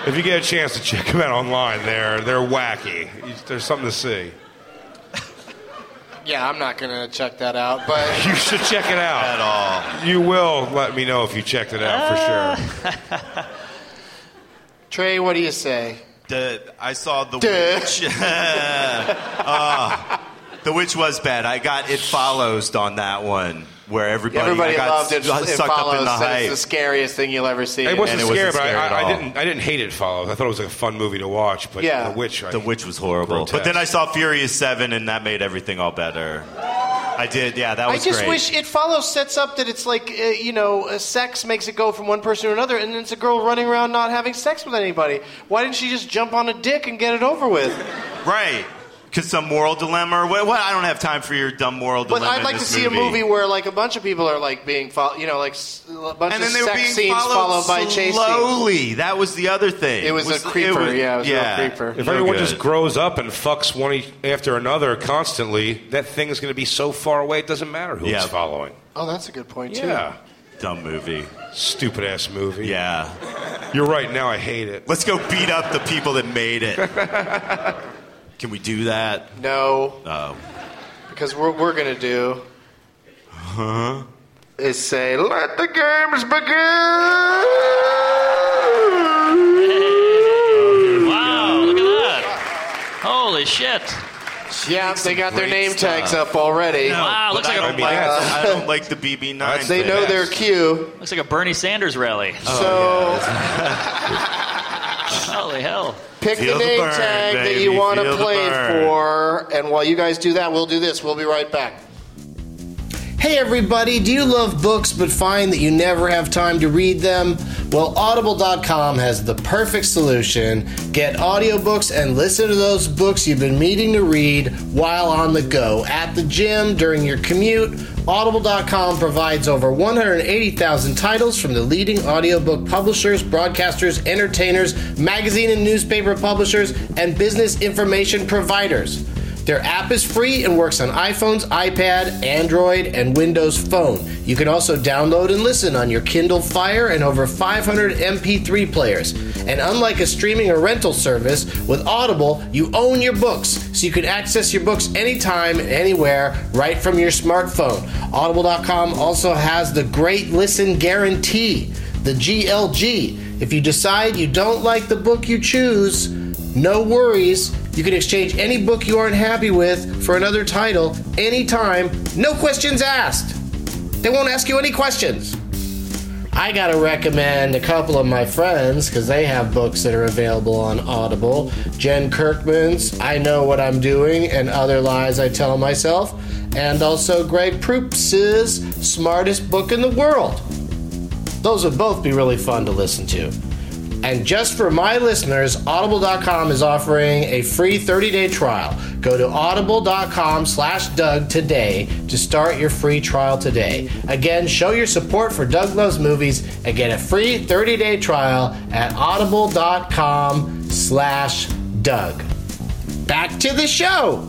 Speaker 4: if you get a chance to check them out online, they're they're wacky. There's something to see.
Speaker 2: Yeah, I'm not gonna check that out. But
Speaker 4: You should check it out.
Speaker 3: at all.
Speaker 4: You will let me know if you checked it out for sure.
Speaker 2: Trey, what do you say?
Speaker 3: Duh, I saw the
Speaker 2: Duh.
Speaker 3: witch. Ah, the witch was bad. I got it follows on that one where everybody,
Speaker 2: Everybody
Speaker 3: I got
Speaker 2: loved it.
Speaker 3: s-
Speaker 2: it
Speaker 3: sucked up in
Speaker 2: follows
Speaker 3: the
Speaker 2: that it's
Speaker 3: hype.
Speaker 2: the scariest thing you'll ever see.
Speaker 4: It wasn't
Speaker 3: it
Speaker 4: scary,
Speaker 3: wasn't
Speaker 4: but
Speaker 3: scary at
Speaker 4: I, I
Speaker 3: all.
Speaker 4: didn't. I didn't hate it. Follows. I thought it was like a fun movie to watch. But
Speaker 2: Yeah.
Speaker 4: The Witch. I,
Speaker 3: The witch was horrible.
Speaker 4: Grotesque.
Speaker 3: But then I saw Furious Seven, and that made everything all better. I did. Yeah, that
Speaker 2: I
Speaker 3: was
Speaker 2: just
Speaker 3: great.
Speaker 2: wish it follows sets up that it's like uh, you know, uh, sex makes it go from one person to another, and then it's a girl running around not having sex with anybody. Why didn't she just jump on a dick and get it over with?
Speaker 3: right. Because some moral dilemma. Or what, what? I don't have time for your dumb moral
Speaker 2: But
Speaker 3: dilemma.
Speaker 2: I'd
Speaker 3: in
Speaker 2: like to
Speaker 3: this
Speaker 2: see a movie where like a bunch of people are like being followed, you know, like s- a bunch
Speaker 3: and
Speaker 2: of
Speaker 3: then they were
Speaker 2: sex
Speaker 3: being
Speaker 2: scenes
Speaker 3: followed,
Speaker 2: followed by chase scenes.
Speaker 3: slowly. That was the other thing.
Speaker 2: It was a creeper, yeah, it was a real creeper.
Speaker 4: if
Speaker 3: no
Speaker 4: everyone
Speaker 3: good.
Speaker 4: just grows up and fucks one each- after another constantly, that thing is going to be so far away it doesn't matter who
Speaker 3: Yeah.
Speaker 4: it's following.
Speaker 2: Oh, that's a good point too.
Speaker 4: Yeah.
Speaker 3: dumb movie.
Speaker 4: Stupid ass movie.
Speaker 3: Yeah.
Speaker 4: You're right. Now I hate it.
Speaker 3: Let's go beat up the people that made it. Can we do that?
Speaker 2: No.
Speaker 3: Oh.
Speaker 2: Because what we're gonna do is say, "Let the games begin."
Speaker 5: Wow, look at that. Holy shit.
Speaker 2: Yeah, they got their
Speaker 3: great
Speaker 2: name
Speaker 3: stuff.
Speaker 2: tags up already.
Speaker 5: Wow,
Speaker 3: but
Speaker 5: looks like
Speaker 3: I
Speaker 5: a-
Speaker 3: don't like,
Speaker 4: Yes.
Speaker 3: I don't like the BB9.
Speaker 4: That's-
Speaker 2: They
Speaker 3: thing.
Speaker 2: know their cue.
Speaker 5: Looks like a Bernie Sanders rally.
Speaker 3: Oh,
Speaker 2: So
Speaker 5: Holy hell.
Speaker 2: pick
Speaker 3: Feel
Speaker 2: the
Speaker 3: the
Speaker 2: name
Speaker 3: burn,
Speaker 2: tag that
Speaker 3: baby,
Speaker 2: you want to
Speaker 3: feel the
Speaker 2: play
Speaker 3: burn.
Speaker 2: for. And while you guys do that, we'll do this. We'll be right back.
Speaker 7: Hey everybody, do you love books but find that you never have time to read them? Well, audible.com has the perfect solution. Get audiobooks and listen to those books you've been meaning to read while on the go, at the gym, during your commute. Audible.com provides over 180,000 titles from the leading audiobook publishers, broadcasters, entertainers, magazine and newspaper publishers, and business information providers. Their app is free and works on iPhones, iPad, Android, and Windows Phone. You can also download and listen on your Kindle Fire and over 500 MP3 players. And unlike a streaming or rental service, with Audible, you own your books, so you can access your books anytime and anywhere right from your smartphone. Audible.com also has the Great Listen Guarantee, the GLG. If you decide you don't like the book you choose, no worries. You can exchange any book you aren't happy with for another title anytime, no questions asked. They won't ask you any questions. I gotta recommend a couple of my friends because they have books that are available on Audible. Jen Kirkman's I Know What I'm Doing and Other Lies I Tell Myself, and also Greg Proops' Smartest Book in the World. Those would both be really fun to listen to. And just for my listeners, audible.com is offering a free 30-day trial. Go to audible.com slash Doug today to start your free trial today. Again, show your support for Doug Loves Movies and get a free 30-day trial at audible.com slash Doug. Back to the show.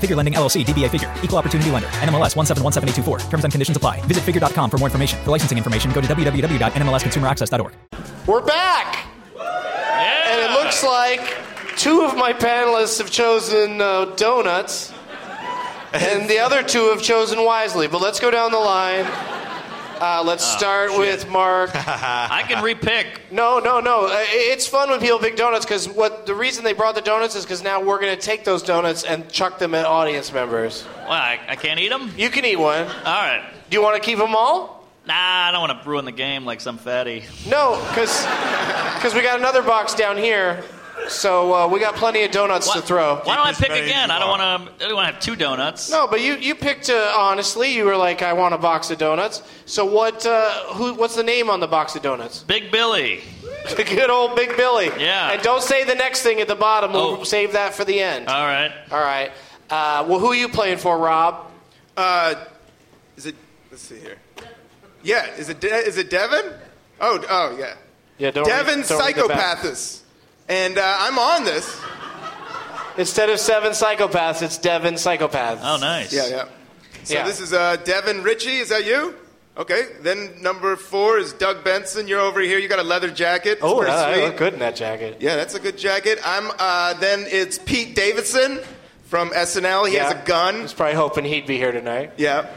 Speaker 8: Figure Lending LLC, DBA Figure, Equal Opportunity Lender, NMLS 1717824. Terms and conditions apply. Visit figure.com for more information. For licensing information, go to www.nmlsconsumeraccess.org.
Speaker 2: We're back! And it looks like two of my panelists have chosen uh, donuts, and the other two have chosen wisely. But let's go down the line. Uh, let's start with Mark. I
Speaker 5: can repick.
Speaker 2: No, no, no. Uh, i- It's fun when people pick donuts because what the reason they brought the donuts is because now we're going to take those donuts and chuck them at audience members.
Speaker 5: Well, I, I can't eat them?
Speaker 2: You can eat one.
Speaker 5: All right.
Speaker 2: Do you want to keep them all?
Speaker 5: Nah, I don't want to ruin the game like some fatty.
Speaker 2: No, because we got another box down here, so uh, we got plenty of donuts to throw.
Speaker 5: Why don't I pick again? I don't want to. I don't want to have two donuts.
Speaker 2: No, but you, you picked uh, honestly. You were like, I want a box of donuts. So what? Uh, who? What's the name on the box of donuts?
Speaker 5: Big Billy.
Speaker 2: Good old Big Billy.
Speaker 5: Yeah. Oh.
Speaker 2: And don't say the next thing at the bottom. We'll save that for the end.
Speaker 5: All right.
Speaker 2: All right. Uh, well, who are you playing for, Rob?
Speaker 3: Uh, is it? Let's see here. Yeah, is it? De- is it Devin? Oh, d- oh yeah.
Speaker 2: Yeah. Don't
Speaker 3: Devin
Speaker 2: read- don't read the back.
Speaker 3: Psychopathus, and uh, I'm on this.
Speaker 2: Instead of seven psychopaths, it's Devin psychopaths.
Speaker 5: Oh, nice.
Speaker 3: Yeah, yeah. So
Speaker 2: Yeah.
Speaker 3: this is uh, Devin Ritchie. Is that you? Okay. Then number four is Doug Benson. You're over here. You got a leather jacket. It's
Speaker 2: Oh,
Speaker 3: pretty
Speaker 2: I, I
Speaker 3: sweet.
Speaker 2: look good in that jacket.
Speaker 3: Yeah, that's a good jacket. I'm. Uh, then it's Pete Davidson from SNL. He has
Speaker 2: Yeah.
Speaker 3: a gun.
Speaker 2: I was probably hoping he'd be here tonight.
Speaker 3: Yeah.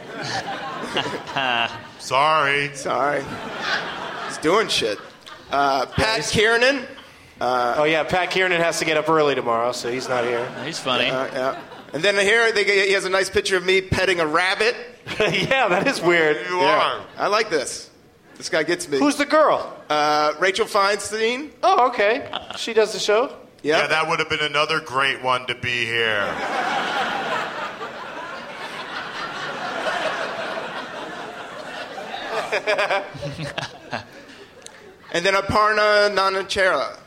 Speaker 4: Sorry.
Speaker 3: Sorry. He's doing shit. Uh, Pat Kiernan.
Speaker 2: oh yeah, Pat Kiernan has to get up early tomorrow, so he's not here.
Speaker 5: He's funny.
Speaker 3: Uh, yeah. And then here they, get- he has a nice picture of me petting a rabbit.
Speaker 2: yeah, that is weird.
Speaker 4: You
Speaker 3: Yeah.
Speaker 4: are.
Speaker 3: I like this. This guy gets me.
Speaker 2: Who's the girl?
Speaker 3: uh, Rachel Feinstein?
Speaker 2: Oh, okay. She does the show.
Speaker 3: Yeah.
Speaker 4: Yeah, that would have been another great one to be here.
Speaker 3: and then Aparna Nanachera.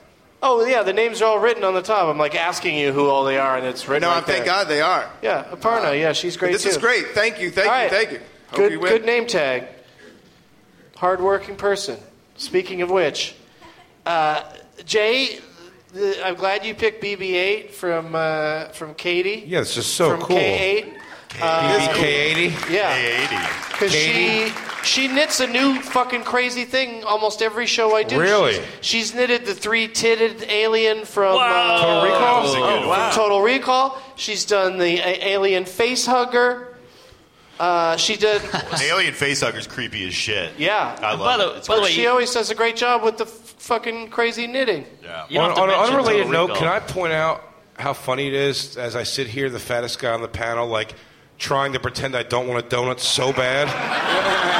Speaker 2: Oh yeah, the names are all written on the top. I'm like asking you who all they are, and it's written.
Speaker 3: No,
Speaker 2: right
Speaker 3: I'm thank
Speaker 2: there.
Speaker 3: God they are.
Speaker 2: Yeah, Aparna. Yeah, she's
Speaker 3: But
Speaker 2: great
Speaker 3: this
Speaker 2: too.
Speaker 3: is great. Thank you. Thank
Speaker 2: All
Speaker 3: you.
Speaker 2: right.
Speaker 3: Thank you. Hope
Speaker 2: Good,
Speaker 3: you win.
Speaker 2: good name tag. Hardworking person. Speaking of which, uh, Jay, the, I'm glad you picked BB-8 from uh, from Katie.
Speaker 9: Yeah, it's just so
Speaker 2: from
Speaker 9: cool.
Speaker 2: K8.
Speaker 4: BBK80?
Speaker 2: Yeah.
Speaker 4: K80.
Speaker 2: Because she she knits a new fucking crazy thing almost every show I do.
Speaker 4: Really?
Speaker 2: She's, she's knitted the three titted alien from
Speaker 4: Wow.
Speaker 2: uh,
Speaker 4: Total Recall? That was a good
Speaker 2: Oh,
Speaker 4: one.
Speaker 2: wow. Total Recall. She's done the a- alien face hugger. Uh, she did.
Speaker 3: The alien facehugger's creepy as shit.
Speaker 2: Yeah.
Speaker 3: I love
Speaker 2: By
Speaker 3: it.
Speaker 2: the-
Speaker 3: It's
Speaker 2: by the way,
Speaker 3: great.
Speaker 2: she always does a great job with the f- fucking crazy knitting.
Speaker 3: Yeah.
Speaker 4: on
Speaker 3: have to
Speaker 4: on an
Speaker 3: mention
Speaker 4: unrelated
Speaker 3: Total
Speaker 4: note,
Speaker 3: Recall.
Speaker 4: can I point out how funny it is as I sit here, the fattest guy on the panel, like trying to pretend I don't want a donut so bad?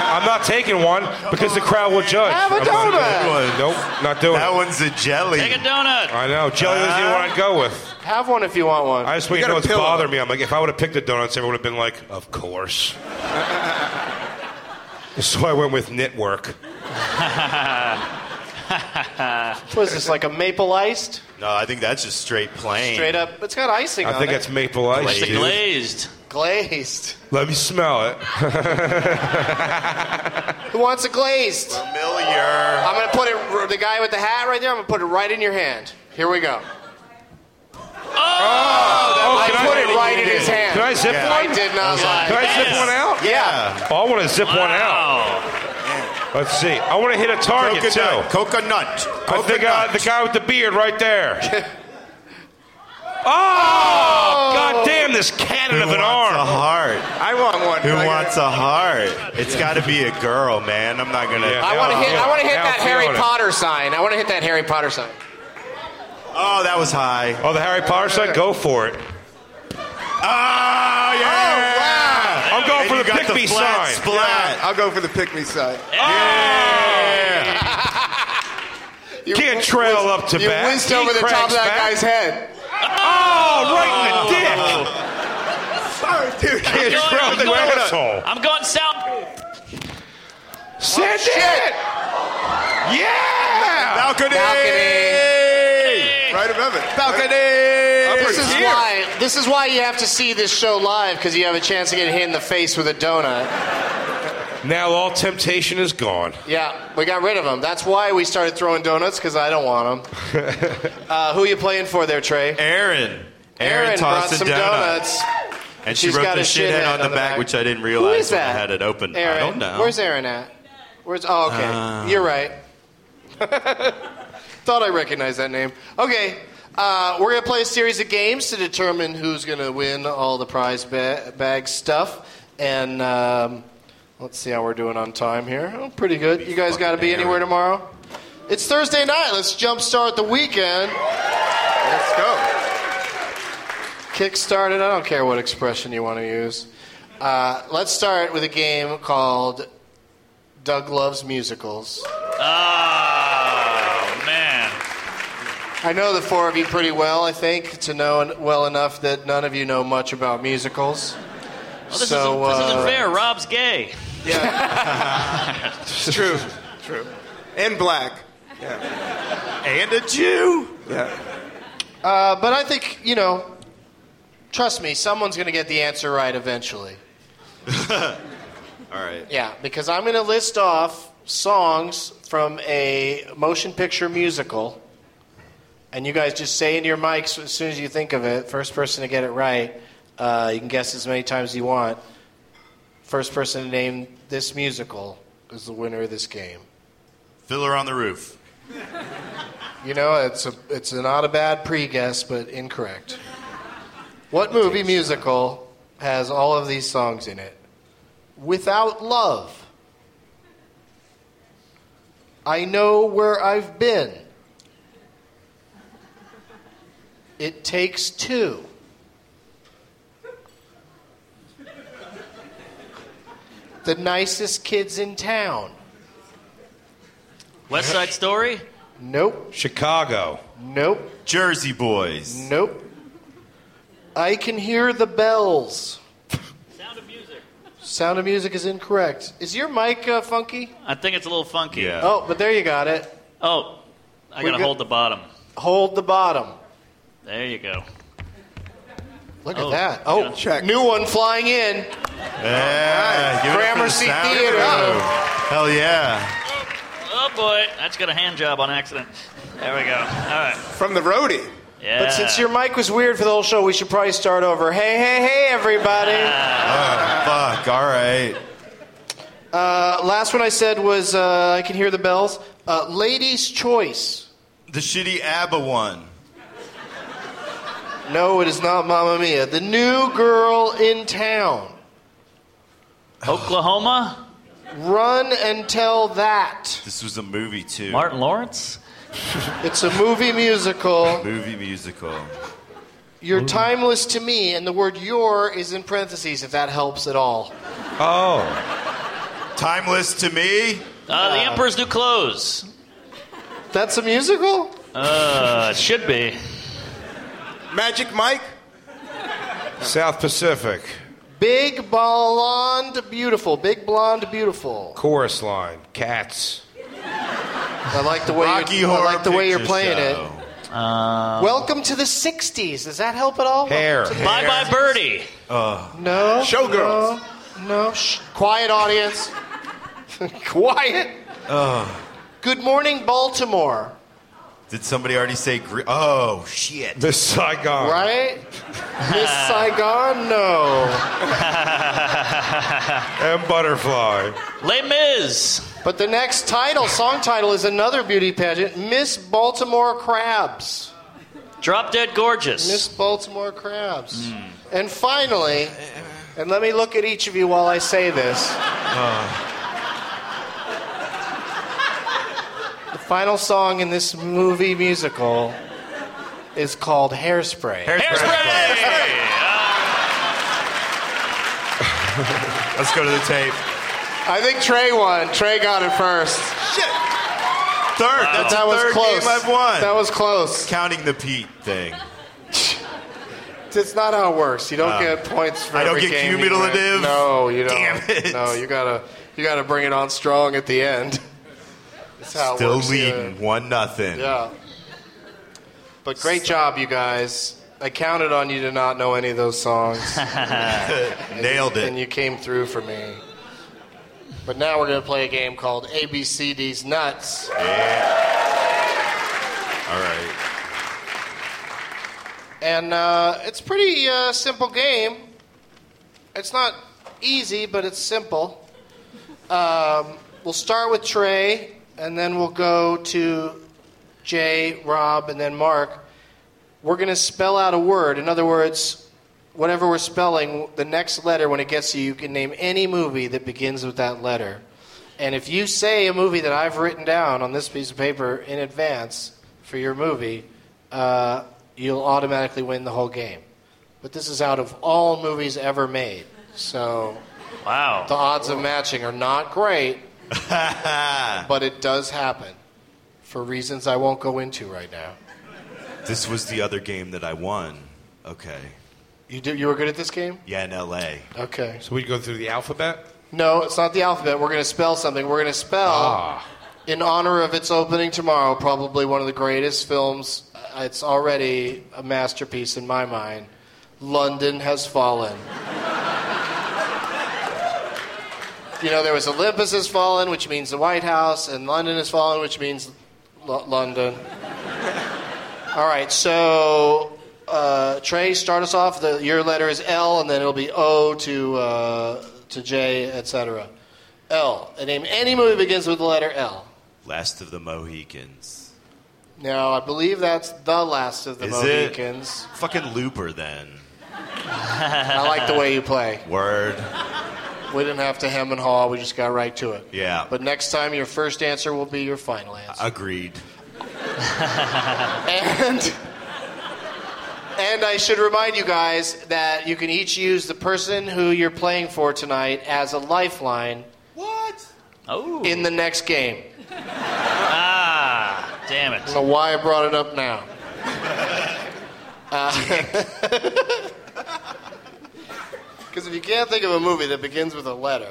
Speaker 4: I'm not taking one because the crowd will judge.
Speaker 1: Have a
Speaker 4: I'm
Speaker 1: donut.
Speaker 4: not doing it. Nope, not doing
Speaker 3: That
Speaker 4: it.
Speaker 3: one's a jelly.
Speaker 4: Take a
Speaker 5: donut.
Speaker 4: I know. Jelly was the one I'd go with.
Speaker 2: Have one if you want one.
Speaker 4: I just
Speaker 2: We
Speaker 4: want you to
Speaker 2: got
Speaker 4: know
Speaker 2: a
Speaker 4: it's
Speaker 2: pillow.
Speaker 4: bothered me. I'm like, if I would have picked the donuts, everyone would have been like, of course. so I went with knitwork.
Speaker 2: Was this like a maple iced?
Speaker 3: No, I think that's just straight plain.
Speaker 2: Straight up. It's got icing
Speaker 4: I
Speaker 2: on
Speaker 4: think
Speaker 2: it.
Speaker 4: it's maple ice.
Speaker 3: It's a
Speaker 4: dude.
Speaker 3: glazed.
Speaker 2: glazed.
Speaker 4: Let me smell it.
Speaker 2: Who wants a glazed?
Speaker 3: Familiar.
Speaker 2: I'm gonna put it. The guy with the hat right there. I'm gonna put it right in your hand. Here we go.
Speaker 4: Oh,
Speaker 2: I
Speaker 4: can
Speaker 2: put it right in his hand.
Speaker 4: Can I zip
Speaker 2: Yeah.
Speaker 4: one?
Speaker 2: I did not lie.
Speaker 4: Can I zip
Speaker 2: Yes.
Speaker 4: one out?
Speaker 2: Yeah.
Speaker 4: Oh, I want to zip one out. Let's see. I want to hit a target
Speaker 3: Coconut.
Speaker 4: too.
Speaker 3: Coconut.
Speaker 4: I think uh, the guy with the beard right there.
Speaker 6: Oh.
Speaker 4: oh, God damn this cannon
Speaker 3: Who
Speaker 4: of an
Speaker 3: wants
Speaker 4: arm.
Speaker 3: a heart?
Speaker 6: I want one.
Speaker 3: Who wants a heart? It's got to be a girl, man. I'm not gonna.
Speaker 2: I want to hit. I want to hit
Speaker 3: Now
Speaker 2: that
Speaker 3: feel
Speaker 2: Harry
Speaker 3: it.
Speaker 2: Potter sign. I want to hit that Harry Potter sign.
Speaker 3: Oh, that was high.
Speaker 4: Oh, the Harry Potter side. Go for it.
Speaker 3: Oh yeah!
Speaker 4: I'm going for
Speaker 6: you
Speaker 4: the
Speaker 6: got
Speaker 4: pick
Speaker 6: the
Speaker 4: me
Speaker 6: flat
Speaker 4: sign.
Speaker 6: splat. I'll go for the pick me side.
Speaker 4: You Can't trail up to
Speaker 6: you
Speaker 4: bat.
Speaker 6: whizzed over
Speaker 4: He
Speaker 6: the top of
Speaker 4: cracks
Speaker 6: that
Speaker 4: back.
Speaker 6: guy's head. Oh.
Speaker 4: Oh, right
Speaker 6: Sorry,
Speaker 4: in the dick.
Speaker 6: dude.
Speaker 4: Can't trail the asshole.
Speaker 5: I'm going south.
Speaker 4: Send
Speaker 6: it.
Speaker 4: Yeah.
Speaker 6: Balcony. Right above it. Balcony.
Speaker 2: This is why. This is why you have to see this show live because you have a chance to get hit in the face with a donut.
Speaker 4: Now all temptation is gone.
Speaker 2: Yeah, we got rid of them. That's why we started throwing donuts because I don't want them. Uh, who you playing for there, Trey?
Speaker 3: Aaron.
Speaker 2: Aaron,
Speaker 3: Aaron
Speaker 2: brought
Speaker 3: tossed a
Speaker 2: some
Speaker 3: donut.
Speaker 2: donuts.
Speaker 3: And she
Speaker 2: She's
Speaker 3: wrote
Speaker 2: got
Speaker 3: the
Speaker 2: a
Speaker 3: shithead on the, back, which I didn't realize
Speaker 2: Who is
Speaker 3: when I
Speaker 2: that?
Speaker 3: had it open.
Speaker 2: Aaron.
Speaker 3: I don't know.
Speaker 2: Where's Aaron at? Where's? Oh, okay.
Speaker 3: Ah.
Speaker 2: You're right. Thought I recognized that name. Okay, uh, we're gonna play a series of games to determine who's gonna win all the prize ba- bag stuff, and um, let's see how we're doing on time here. Oh, pretty good. You guys got to be anywhere tomorrow. It's Thursday night. Let's jumpstart the weekend. Let's go. Kickstarted. I don't care what expression you want to use. Uh, let's start with a game called Doug Loves Musicals.
Speaker 5: Oh man.
Speaker 2: I know the four of you pretty well, I think, to know en- well enough that none of you know much about musicals.
Speaker 5: Well, this,
Speaker 2: so,
Speaker 5: isn't, this
Speaker 2: uh,
Speaker 5: isn't fair. Rob's gay.
Speaker 6: It's true. True. And black. Yeah.
Speaker 3: And a Jew.
Speaker 6: Yeah.
Speaker 2: Uh, but I think, you know, trust me, someone's going to get the answer right eventually.
Speaker 3: All right.
Speaker 2: Yeah, because I'm going to list off songs from a motion picture musical. And you guys just say into your mics as soon as you think of it. First person to get it right, uh, you can guess as many times as you want. First person to name this musical is the winner of this game.
Speaker 3: Fiddler on the Roof.
Speaker 2: You know, it's a, it's a not a bad pre-guess, but incorrect. What movie musical has all of these songs in it? Without Love. I Know Where I've Been. It Takes Two. The Nicest Kids in Town.
Speaker 5: West Side Story.
Speaker 2: Nope.
Speaker 4: Chicago.
Speaker 2: Nope.
Speaker 3: Jersey Boys.
Speaker 2: Nope. I can hear the bells. Sound of music. Sound of music is incorrect. Is your mic uh, funky?
Speaker 5: I think it's a little funky.
Speaker 2: Oh, but there you got it.
Speaker 5: Oh, I
Speaker 2: We
Speaker 5: gotta
Speaker 2: got-
Speaker 5: hold the bottom.
Speaker 2: Hold the bottom.
Speaker 5: There you go.
Speaker 2: Look
Speaker 5: Oh,
Speaker 2: at that. Oh, new one flying in.
Speaker 3: Yeah. give it up for the
Speaker 2: Gramercy
Speaker 3: sound
Speaker 2: Theater.
Speaker 3: crew. Hell yeah.
Speaker 5: Oh boy, that's got a hand job on accident. There we go. All right.
Speaker 6: From the roadie.
Speaker 5: Yeah.
Speaker 2: But since your mic was weird for the whole show, we should probably start over. Hey, hey, hey, everybody.
Speaker 3: oh, fuck. All right.
Speaker 2: Uh, last one I said was uh, I can hear the bells. Uh, ladies' choice.
Speaker 3: The shitty ABBA one.
Speaker 2: No, it is not Mamma Mia. The new girl in town.
Speaker 5: Oklahoma?
Speaker 2: Run and tell that.
Speaker 3: This was a movie, too.
Speaker 5: Martin Lawrence?
Speaker 2: It's a movie musical.
Speaker 3: Movie musical.
Speaker 4: Oh.
Speaker 2: You're timeless to me, and the word your is in parentheses if that helps at all.
Speaker 3: Oh. Timeless to me?
Speaker 5: Uh, the Emperor's New Clothes.
Speaker 2: That's a musical?
Speaker 5: Uh, it should be.
Speaker 6: Magic Mike?
Speaker 4: South Pacific.
Speaker 2: Big blonde beautiful. Big blonde beautiful.
Speaker 4: Chorus line. Cats.
Speaker 2: I like the way
Speaker 4: Rocky
Speaker 2: you, I
Speaker 4: Horror
Speaker 2: like the way you're
Speaker 4: Picture
Speaker 2: playing
Speaker 4: Show.
Speaker 2: it. Welcome to the '60s. Does that help at all?
Speaker 4: Hair.
Speaker 2: Welcome to the
Speaker 5: Bye bye,
Speaker 2: 60s.
Speaker 5: Birdie.
Speaker 2: No.
Speaker 6: Showgirls.
Speaker 2: No. no. Shh. Quiet audience. Quiet.
Speaker 3: Oh.
Speaker 2: Good morning, Baltimore.
Speaker 3: Did somebody already say? Gre- oh shit!
Speaker 4: Miss Saigon.
Speaker 2: Right? Miss Saigon. No.
Speaker 4: And Butterfly.
Speaker 5: Les Mis.
Speaker 2: But the next title, song title, is another beauty pageant. Miss Baltimore Crabs.
Speaker 5: Drop Dead Gorgeous.
Speaker 2: Miss Baltimore Crabs.
Speaker 3: Hmm.
Speaker 2: And finally, and let me look at each of you while I say this.
Speaker 3: Uh.
Speaker 2: The final song in this movie musical is called Hairspray.
Speaker 5: Hairspray.
Speaker 3: Let's go to the tape.
Speaker 2: I think Trey won. Trey got it first.
Speaker 3: Shit. Third. That's
Speaker 2: that
Speaker 3: the
Speaker 2: was
Speaker 3: third
Speaker 2: close.
Speaker 3: game I've won.
Speaker 2: That was close.
Speaker 3: counting the Pete thing.
Speaker 2: It's not how it works. You don't get points for
Speaker 3: Uh, I don't
Speaker 2: every
Speaker 3: get
Speaker 2: game you win.
Speaker 3: cumulative?
Speaker 2: No, you don't.
Speaker 3: Damn it.
Speaker 2: No, you gotta you gotta bring it on strong at the end. That's how it
Speaker 3: Still
Speaker 2: works.
Speaker 3: leading one nothing.
Speaker 2: Yeah. yeah. But great job, you guys. I counted on you to not know any of those songs.
Speaker 3: Nailed
Speaker 2: And
Speaker 3: it.
Speaker 2: you came through for me. But now we're going to play a game called ABCD's Nuts.
Speaker 3: All right.
Speaker 2: And uh, it's a pretty uh, simple game. It's not easy, but it's simple. Um, we'll start with Trey, and then we'll go to Jay, Rob, and then Mark. We're going to spell out a word. In other words, whatever we're spelling, the next letter, when it gets to you, you can name any movie that begins with that letter. And if you say a movie that I've written down on this piece of paper in advance for your movie, uh, you'll automatically win the whole game. But this is out of all movies ever made. So the
Speaker 5: Wow.
Speaker 2: odds of matching are not great, but it does happen for reasons I won't go into right now.
Speaker 3: This was the other game that I won. Okay.
Speaker 2: You, do, you were good at this game?
Speaker 3: Yeah, in L.A.
Speaker 2: Okay.
Speaker 4: So we go through the alphabet?
Speaker 2: No, it's not the alphabet. We're going to spell something. We're going to spell,
Speaker 4: Ah.
Speaker 2: in honor of its opening tomorrow, probably one of the greatest films. Uh, It's already a masterpiece in my mind. London Has Fallen. you know, there was Olympus Has Fallen, which means the White House, and London Has Fallen, which means L- London. All right, so uh, Trey, start us off. The, your letter is L, and then it'll be O to uh, to J, etc. L. And name any movie begins with the letter L.
Speaker 3: Last of the Mohicans.
Speaker 2: Now, I believe that's the last of the
Speaker 3: Is it?
Speaker 2: Mohicans.
Speaker 3: Fucking Looper then.
Speaker 2: I like the way you play.
Speaker 3: Word.
Speaker 2: We didn't have to hem and haw. We just got right to it.
Speaker 3: Yeah.
Speaker 2: But next time, your first answer will be your final answer.
Speaker 3: Agreed.
Speaker 2: And and I should remind you guys that you can each use the person who you're playing for tonight as a lifeline
Speaker 5: Oh.
Speaker 2: in the next game.
Speaker 5: ah, damn
Speaker 2: I
Speaker 5: it.
Speaker 2: don't know why I brought it up now. Uh, Because if you can't think of a movie that begins with a letter,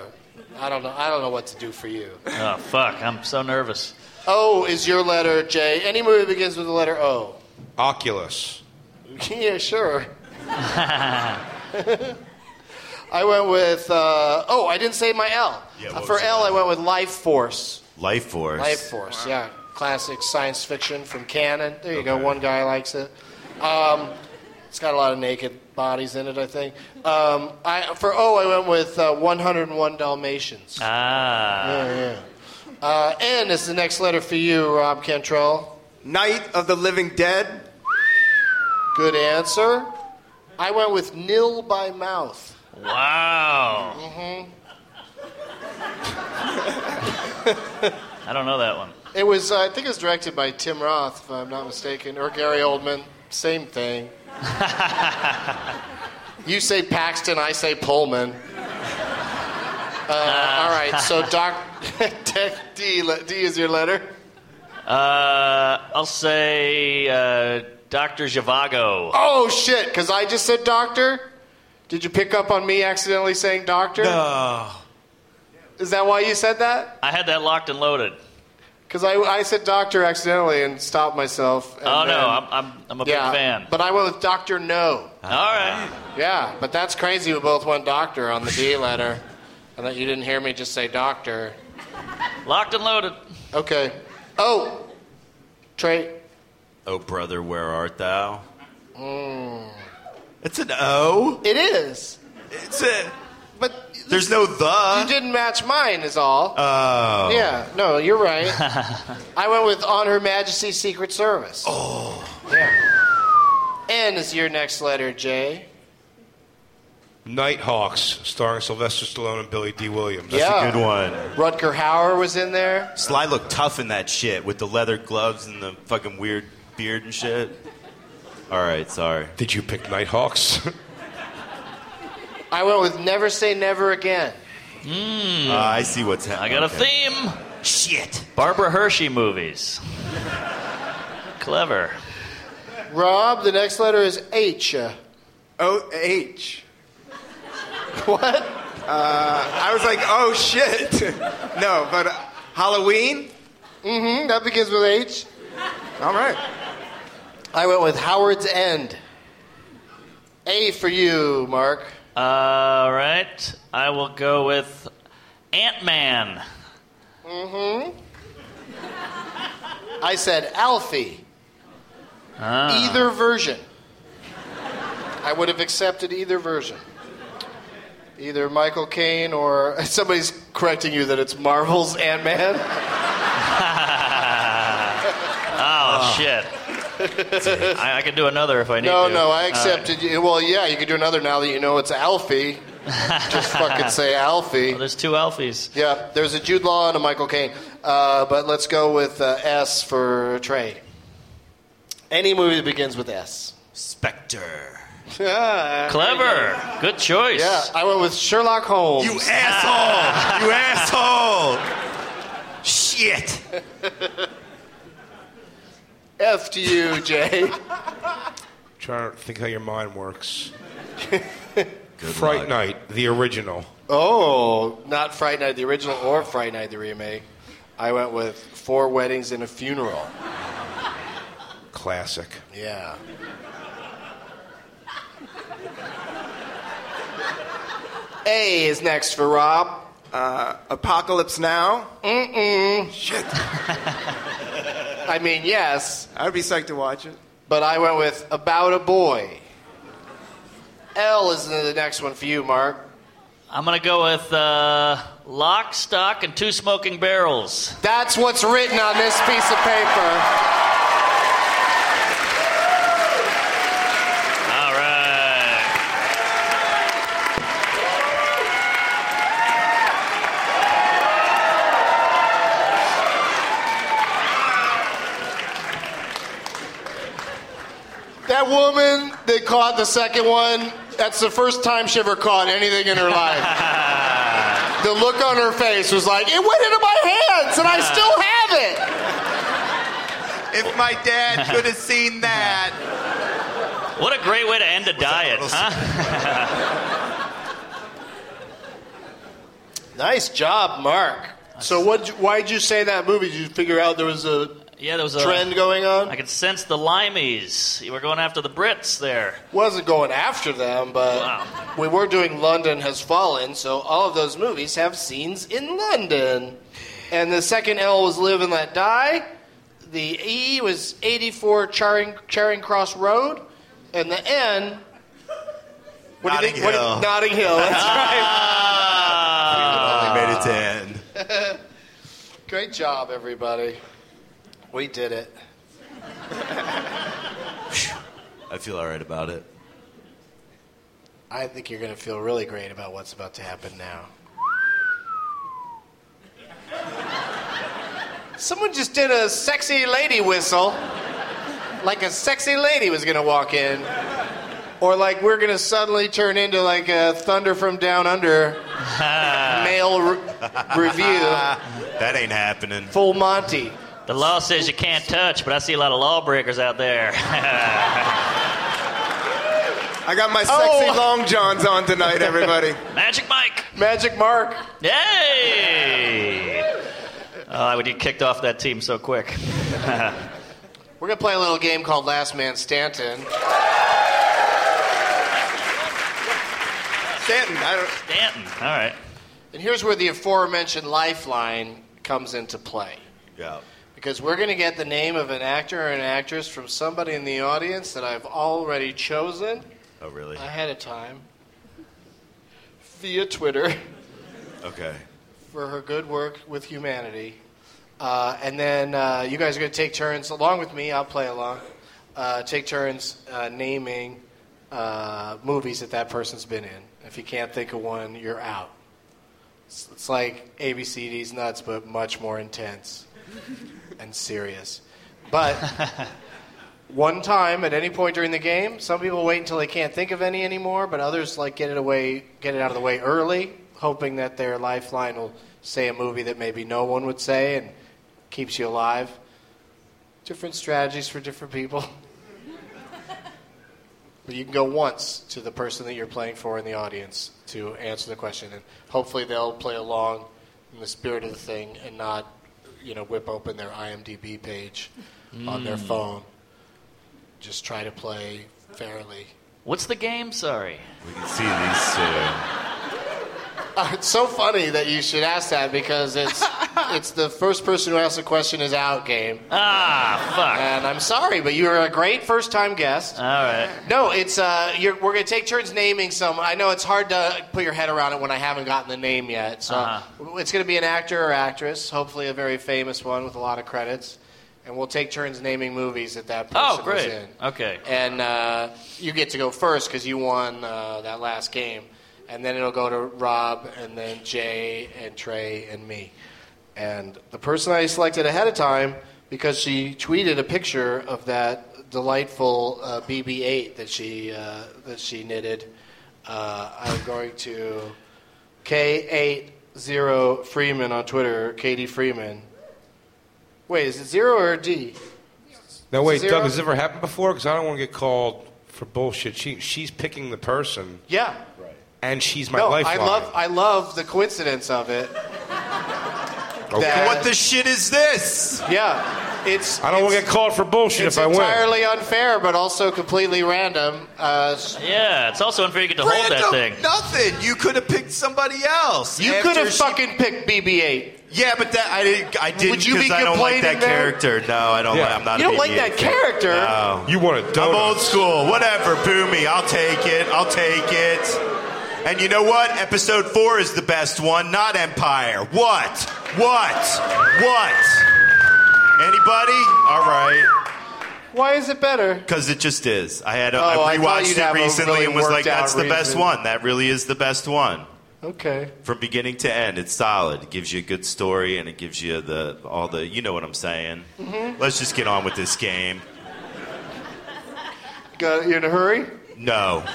Speaker 2: I don't know. I don't know what to do for you.
Speaker 5: Oh, fuck. I'm so nervous.
Speaker 2: O is your letter, J. Any movie that begins with the letter O.
Speaker 4: Oculus.
Speaker 2: yeah, sure. I went with. Uh, oh, I didn't say my L.
Speaker 3: Yeah,
Speaker 2: Uh,
Speaker 3: what
Speaker 2: for
Speaker 3: was
Speaker 2: L,
Speaker 3: it?
Speaker 2: I went with Life Force.
Speaker 3: Life Force.
Speaker 2: Life Force, yeah. Classic science fiction from canon. There you go.
Speaker 3: Okay.
Speaker 2: One guy likes it. Um, it's got a lot of naked bodies in it, I think. Um, I, for oh, I went with uh, 101 Dalmatians.
Speaker 5: Ah.
Speaker 2: Yeah, yeah. Uh, N is the next letter for you, Rob Cantrell. Night of the Living Dead. Good answer. I went with nil by mouth.
Speaker 5: Wow.
Speaker 2: hmm
Speaker 5: I don't know that one.
Speaker 2: It was, uh, I think, it was directed by Tim Roth, if I'm not mistaken, or Gary Oldman. Same thing. you say Paxton, I say Pullman. Uh, all right, so Doc Tech D, le- D is your letter.
Speaker 5: Uh, I'll say uh, Dr. Zhivago.
Speaker 2: Oh shit! Because I just said doctor. Did you pick up on me accidentally saying doctor?
Speaker 5: No.
Speaker 2: Is that why you said that?
Speaker 5: I had that locked and loaded.
Speaker 2: Because I, I said doctor accidentally and stopped myself. and
Speaker 5: oh, no,
Speaker 2: then-
Speaker 5: I'm, I'm, I'm a
Speaker 2: Yeah,
Speaker 5: big fan.
Speaker 2: But I went with Doctor No.
Speaker 5: All right.
Speaker 2: Yeah, but that's crazy. We both went doctor on the D letter, and that you didn't hear me just say doctor.
Speaker 5: Locked and loaded.
Speaker 2: Okay. Oh, Trey.
Speaker 3: Oh, brother, where art thou?
Speaker 2: Mm.
Speaker 3: It's an O.
Speaker 2: It is.
Speaker 3: It's a.
Speaker 2: But
Speaker 3: there's no the.
Speaker 2: You didn't match mine, is all.
Speaker 3: Uh. Oh.
Speaker 2: Yeah. No, you're right. I went with On Her Majesty's Secret Service. Oh. Yeah. N is your next letter, J.
Speaker 4: Nighthawks, starring Sylvester Stallone and Billy D. Williams.
Speaker 2: That's a Yeah.
Speaker 3: Good one.
Speaker 2: Rutger Hauer was in there.
Speaker 3: Sly looked tough in that shit with the leather gloves and the fucking weird beard and shit. All right, sorry.
Speaker 4: Did you pick Nighthawks?
Speaker 2: I went with Never Say Never Again.
Speaker 3: Uh, I see what's happening.
Speaker 5: I got a theme.
Speaker 3: Shit.
Speaker 5: Barbara Hershey movies. Clever.
Speaker 2: Rob, the next letter is H. Oh, H. What?
Speaker 6: Uh, I was like, oh shit. no, but uh, Halloween?
Speaker 2: Mm hmm. That begins with H.
Speaker 6: All right.
Speaker 2: I went with Howard's End. A for you, Mark.
Speaker 5: All right. I will go with Ant Man.
Speaker 2: Mm hmm. I said Alfie.
Speaker 5: Ah.
Speaker 2: Either version. I would have accepted either version. Either Michael Caine or somebody's correcting you that it's Marvel's Ant Man.
Speaker 5: Oh, shit. I, I can do another if I need
Speaker 2: Ah. No,
Speaker 5: to.
Speaker 2: no,
Speaker 5: All
Speaker 2: I
Speaker 5: right.
Speaker 2: accepted you. Well, yeah, you could do another now that you know it's Alfie. Just fucking say Alfie.
Speaker 5: there's two Alfies.
Speaker 2: Yeah, there's a Jude Law and a Michael Caine. Uh, but let's go with uh, S for Trey. Any movie that begins with S.
Speaker 3: Spectre.
Speaker 5: Clever. Good choice.
Speaker 2: Yeah, I went with Sherlock Holmes.
Speaker 3: You asshole! you asshole! Shit.
Speaker 2: F to you, Jay.
Speaker 4: Trying to think how your mind works. Fright Night, the original.
Speaker 2: Oh, not Fright Night the original or Fright Night the remake. I went with Four Weddings and a Funeral.
Speaker 4: Classic.
Speaker 2: Yeah. A is next for Rob.
Speaker 6: Uh, Apocalypse Now?
Speaker 2: Mm-mm.
Speaker 6: Shit.
Speaker 2: I mean, yes.
Speaker 6: I'd be psyched to watch it.
Speaker 2: But I went with About a Boy. L is the next one for you, Mark.
Speaker 5: I'm going to go with uh, Lock, Stock, and Two Smoking Barrels.
Speaker 2: That's what's written on this piece of paper.
Speaker 5: All right.
Speaker 2: That woman that caught the second one, that's the first time she ever caught anything in her life. the look on her face was like, it went into my hands and I still have it.
Speaker 6: If my dad could have seen that.
Speaker 5: What a great way to end a diet, huh?
Speaker 2: Nice job, Mark. So, what? Why'd you say that movie? Did you figure out there was a
Speaker 5: yeah, there was a
Speaker 2: trend going on?
Speaker 5: I could sense the limeys. You were going after the Brits there.
Speaker 2: Wasn't going after them, but we were doing London Has Fallen, so all of those movies have scenes in London. And the second L was Live and Let Die. The E was 84 Charing, Charing Cross Road. And the N. What
Speaker 3: Notting
Speaker 2: do you think? What
Speaker 3: Hill.
Speaker 2: do you, Notting Hill. That's
Speaker 3: Ah. We only made it to
Speaker 2: right.
Speaker 3: N.
Speaker 2: it Great job, everybody. We did it.
Speaker 3: I feel all right about it.
Speaker 2: I think you're going to feel really great about what's about to happen now. Someone just did a sexy lady whistle, like a sexy lady was going to walk in, or like we're going to suddenly turn into like a thunder from down under male re- review.
Speaker 5: that ain't happening.
Speaker 2: Full Monty.
Speaker 5: The law says you can't touch, but I see a lot of lawbreakers out there.
Speaker 6: I got my sexy
Speaker 2: Oh.
Speaker 6: long johns on tonight, everybody.
Speaker 5: Magic Mike.
Speaker 2: Magic Mark.
Speaker 5: Yay! Oh, I would get kicked off that team so quick.
Speaker 2: We're going to play a little game called Last Man Stanton.
Speaker 6: Stanton. I don't...
Speaker 5: Stanton. All right.
Speaker 2: And here's where the aforementioned lifeline comes into play.
Speaker 3: Yeah.
Speaker 2: Because we're going to get the name of an actor or an actress from somebody in the audience that I've already chosen
Speaker 3: Oh, really?
Speaker 2: ahead of time via Twitter
Speaker 3: Okay.
Speaker 2: for her good work with humanity. Uh, and then uh, you guys are going to take turns, along with me, I'll play along, uh, take turns uh, naming uh, movies that that person's been in. If you can't think of one, you're out. It's, it's like ABCD's Nuts, but much more intense and serious. But one time at any point during the game, some people wait until they can't think of any anymore, but others like get it away, get it out of the way early, hoping that their lifeline will say a movie that maybe no one would say and keeps you alive. Different strategies for different people. But you can go once to the person that you're playing for in the audience to answer the question, and hopefully they'll play along in the spirit of the thing and not, you know, whip open their IMDb page on their
Speaker 5: Mm.
Speaker 2: phone. Just try to play fairly.
Speaker 5: What's the game? Sorry.
Speaker 3: We can see these two.
Speaker 2: Uh, it's so funny that you should ask that because it's it's the first person who asks a question is out game.
Speaker 5: Ah, fuck.
Speaker 2: And I'm sorry, but you were a great first time guest.
Speaker 5: All right.
Speaker 2: No, it's uh, you're, we're gonna take turns naming some. I know it's hard to put your head around it when I haven't gotten the name yet. So
Speaker 5: Uh-huh.
Speaker 2: it's gonna be an actor or actress, hopefully a very famous one with a lot of credits, and we'll take turns naming movies that that person
Speaker 5: Oh,
Speaker 2: was
Speaker 5: great.
Speaker 2: in.
Speaker 5: Okay.
Speaker 2: And uh, you get to go first because you won uh, that last game. And then it'll go to Rob and then Jay and Trey and me. And the person I selected ahead of time because she tweeted a picture of that delightful uh, BB-8 that she uh, that she knitted. Uh, I'm going to K80 Freeman on Twitter, Katie Freeman. Wait, is it zero or D?
Speaker 4: Now wait,
Speaker 2: Zero?
Speaker 4: Doug, has this ever happened before? Because I don't want to get called for bullshit. She, she's picking the person,
Speaker 2: Yeah.
Speaker 4: and she's my
Speaker 2: no,
Speaker 4: lifeline.
Speaker 2: I love I love the coincidence of it.
Speaker 4: Okay. What
Speaker 2: the shit is this? Yeah, it's.
Speaker 4: I don't want to
Speaker 2: it's-
Speaker 4: get called for bullshit
Speaker 2: it's
Speaker 4: if I win.
Speaker 2: entirely unfair, but also completely random. Uh,
Speaker 5: Yeah, it's also unfair you get to hold that
Speaker 2: Random
Speaker 5: thing.
Speaker 3: Nothing. You could have picked somebody else.
Speaker 2: You
Speaker 3: after
Speaker 2: could have
Speaker 3: she-
Speaker 2: fucking picked BB-8.
Speaker 3: Yeah, but that I didn't. I didn't
Speaker 2: Would you
Speaker 3: because
Speaker 2: be
Speaker 3: I don't like that
Speaker 2: complaining there?
Speaker 3: character. No, I don't.
Speaker 2: Yeah.
Speaker 3: like I'm not.
Speaker 2: You
Speaker 3: a
Speaker 2: don't like
Speaker 3: BB-8
Speaker 2: that
Speaker 3: fan.
Speaker 2: character?
Speaker 3: No.
Speaker 4: You want a
Speaker 3: I'm old school. Whatever. Boo me. I'll take it. I'll take it. And you know what? Episode four is the best one, not Empire. What? What? What? Anybody? All right.
Speaker 2: Why is it better?
Speaker 3: Because it just is. I had a,
Speaker 2: Oh, I
Speaker 3: I
Speaker 2: thought you'd
Speaker 3: rewatched
Speaker 2: have
Speaker 3: it
Speaker 2: a
Speaker 3: recently
Speaker 2: really
Speaker 3: and was like,
Speaker 2: worked out
Speaker 3: "That's the best
Speaker 2: reason."
Speaker 3: one. That really is the best one."
Speaker 2: Okay.
Speaker 3: from beginning to end. It's solid. It gives you a good story, and it gives you the all the. You know what I'm saying?
Speaker 2: Mhm.
Speaker 3: Let's just get on with this game.
Speaker 2: Got, you in a hurry?
Speaker 3: No,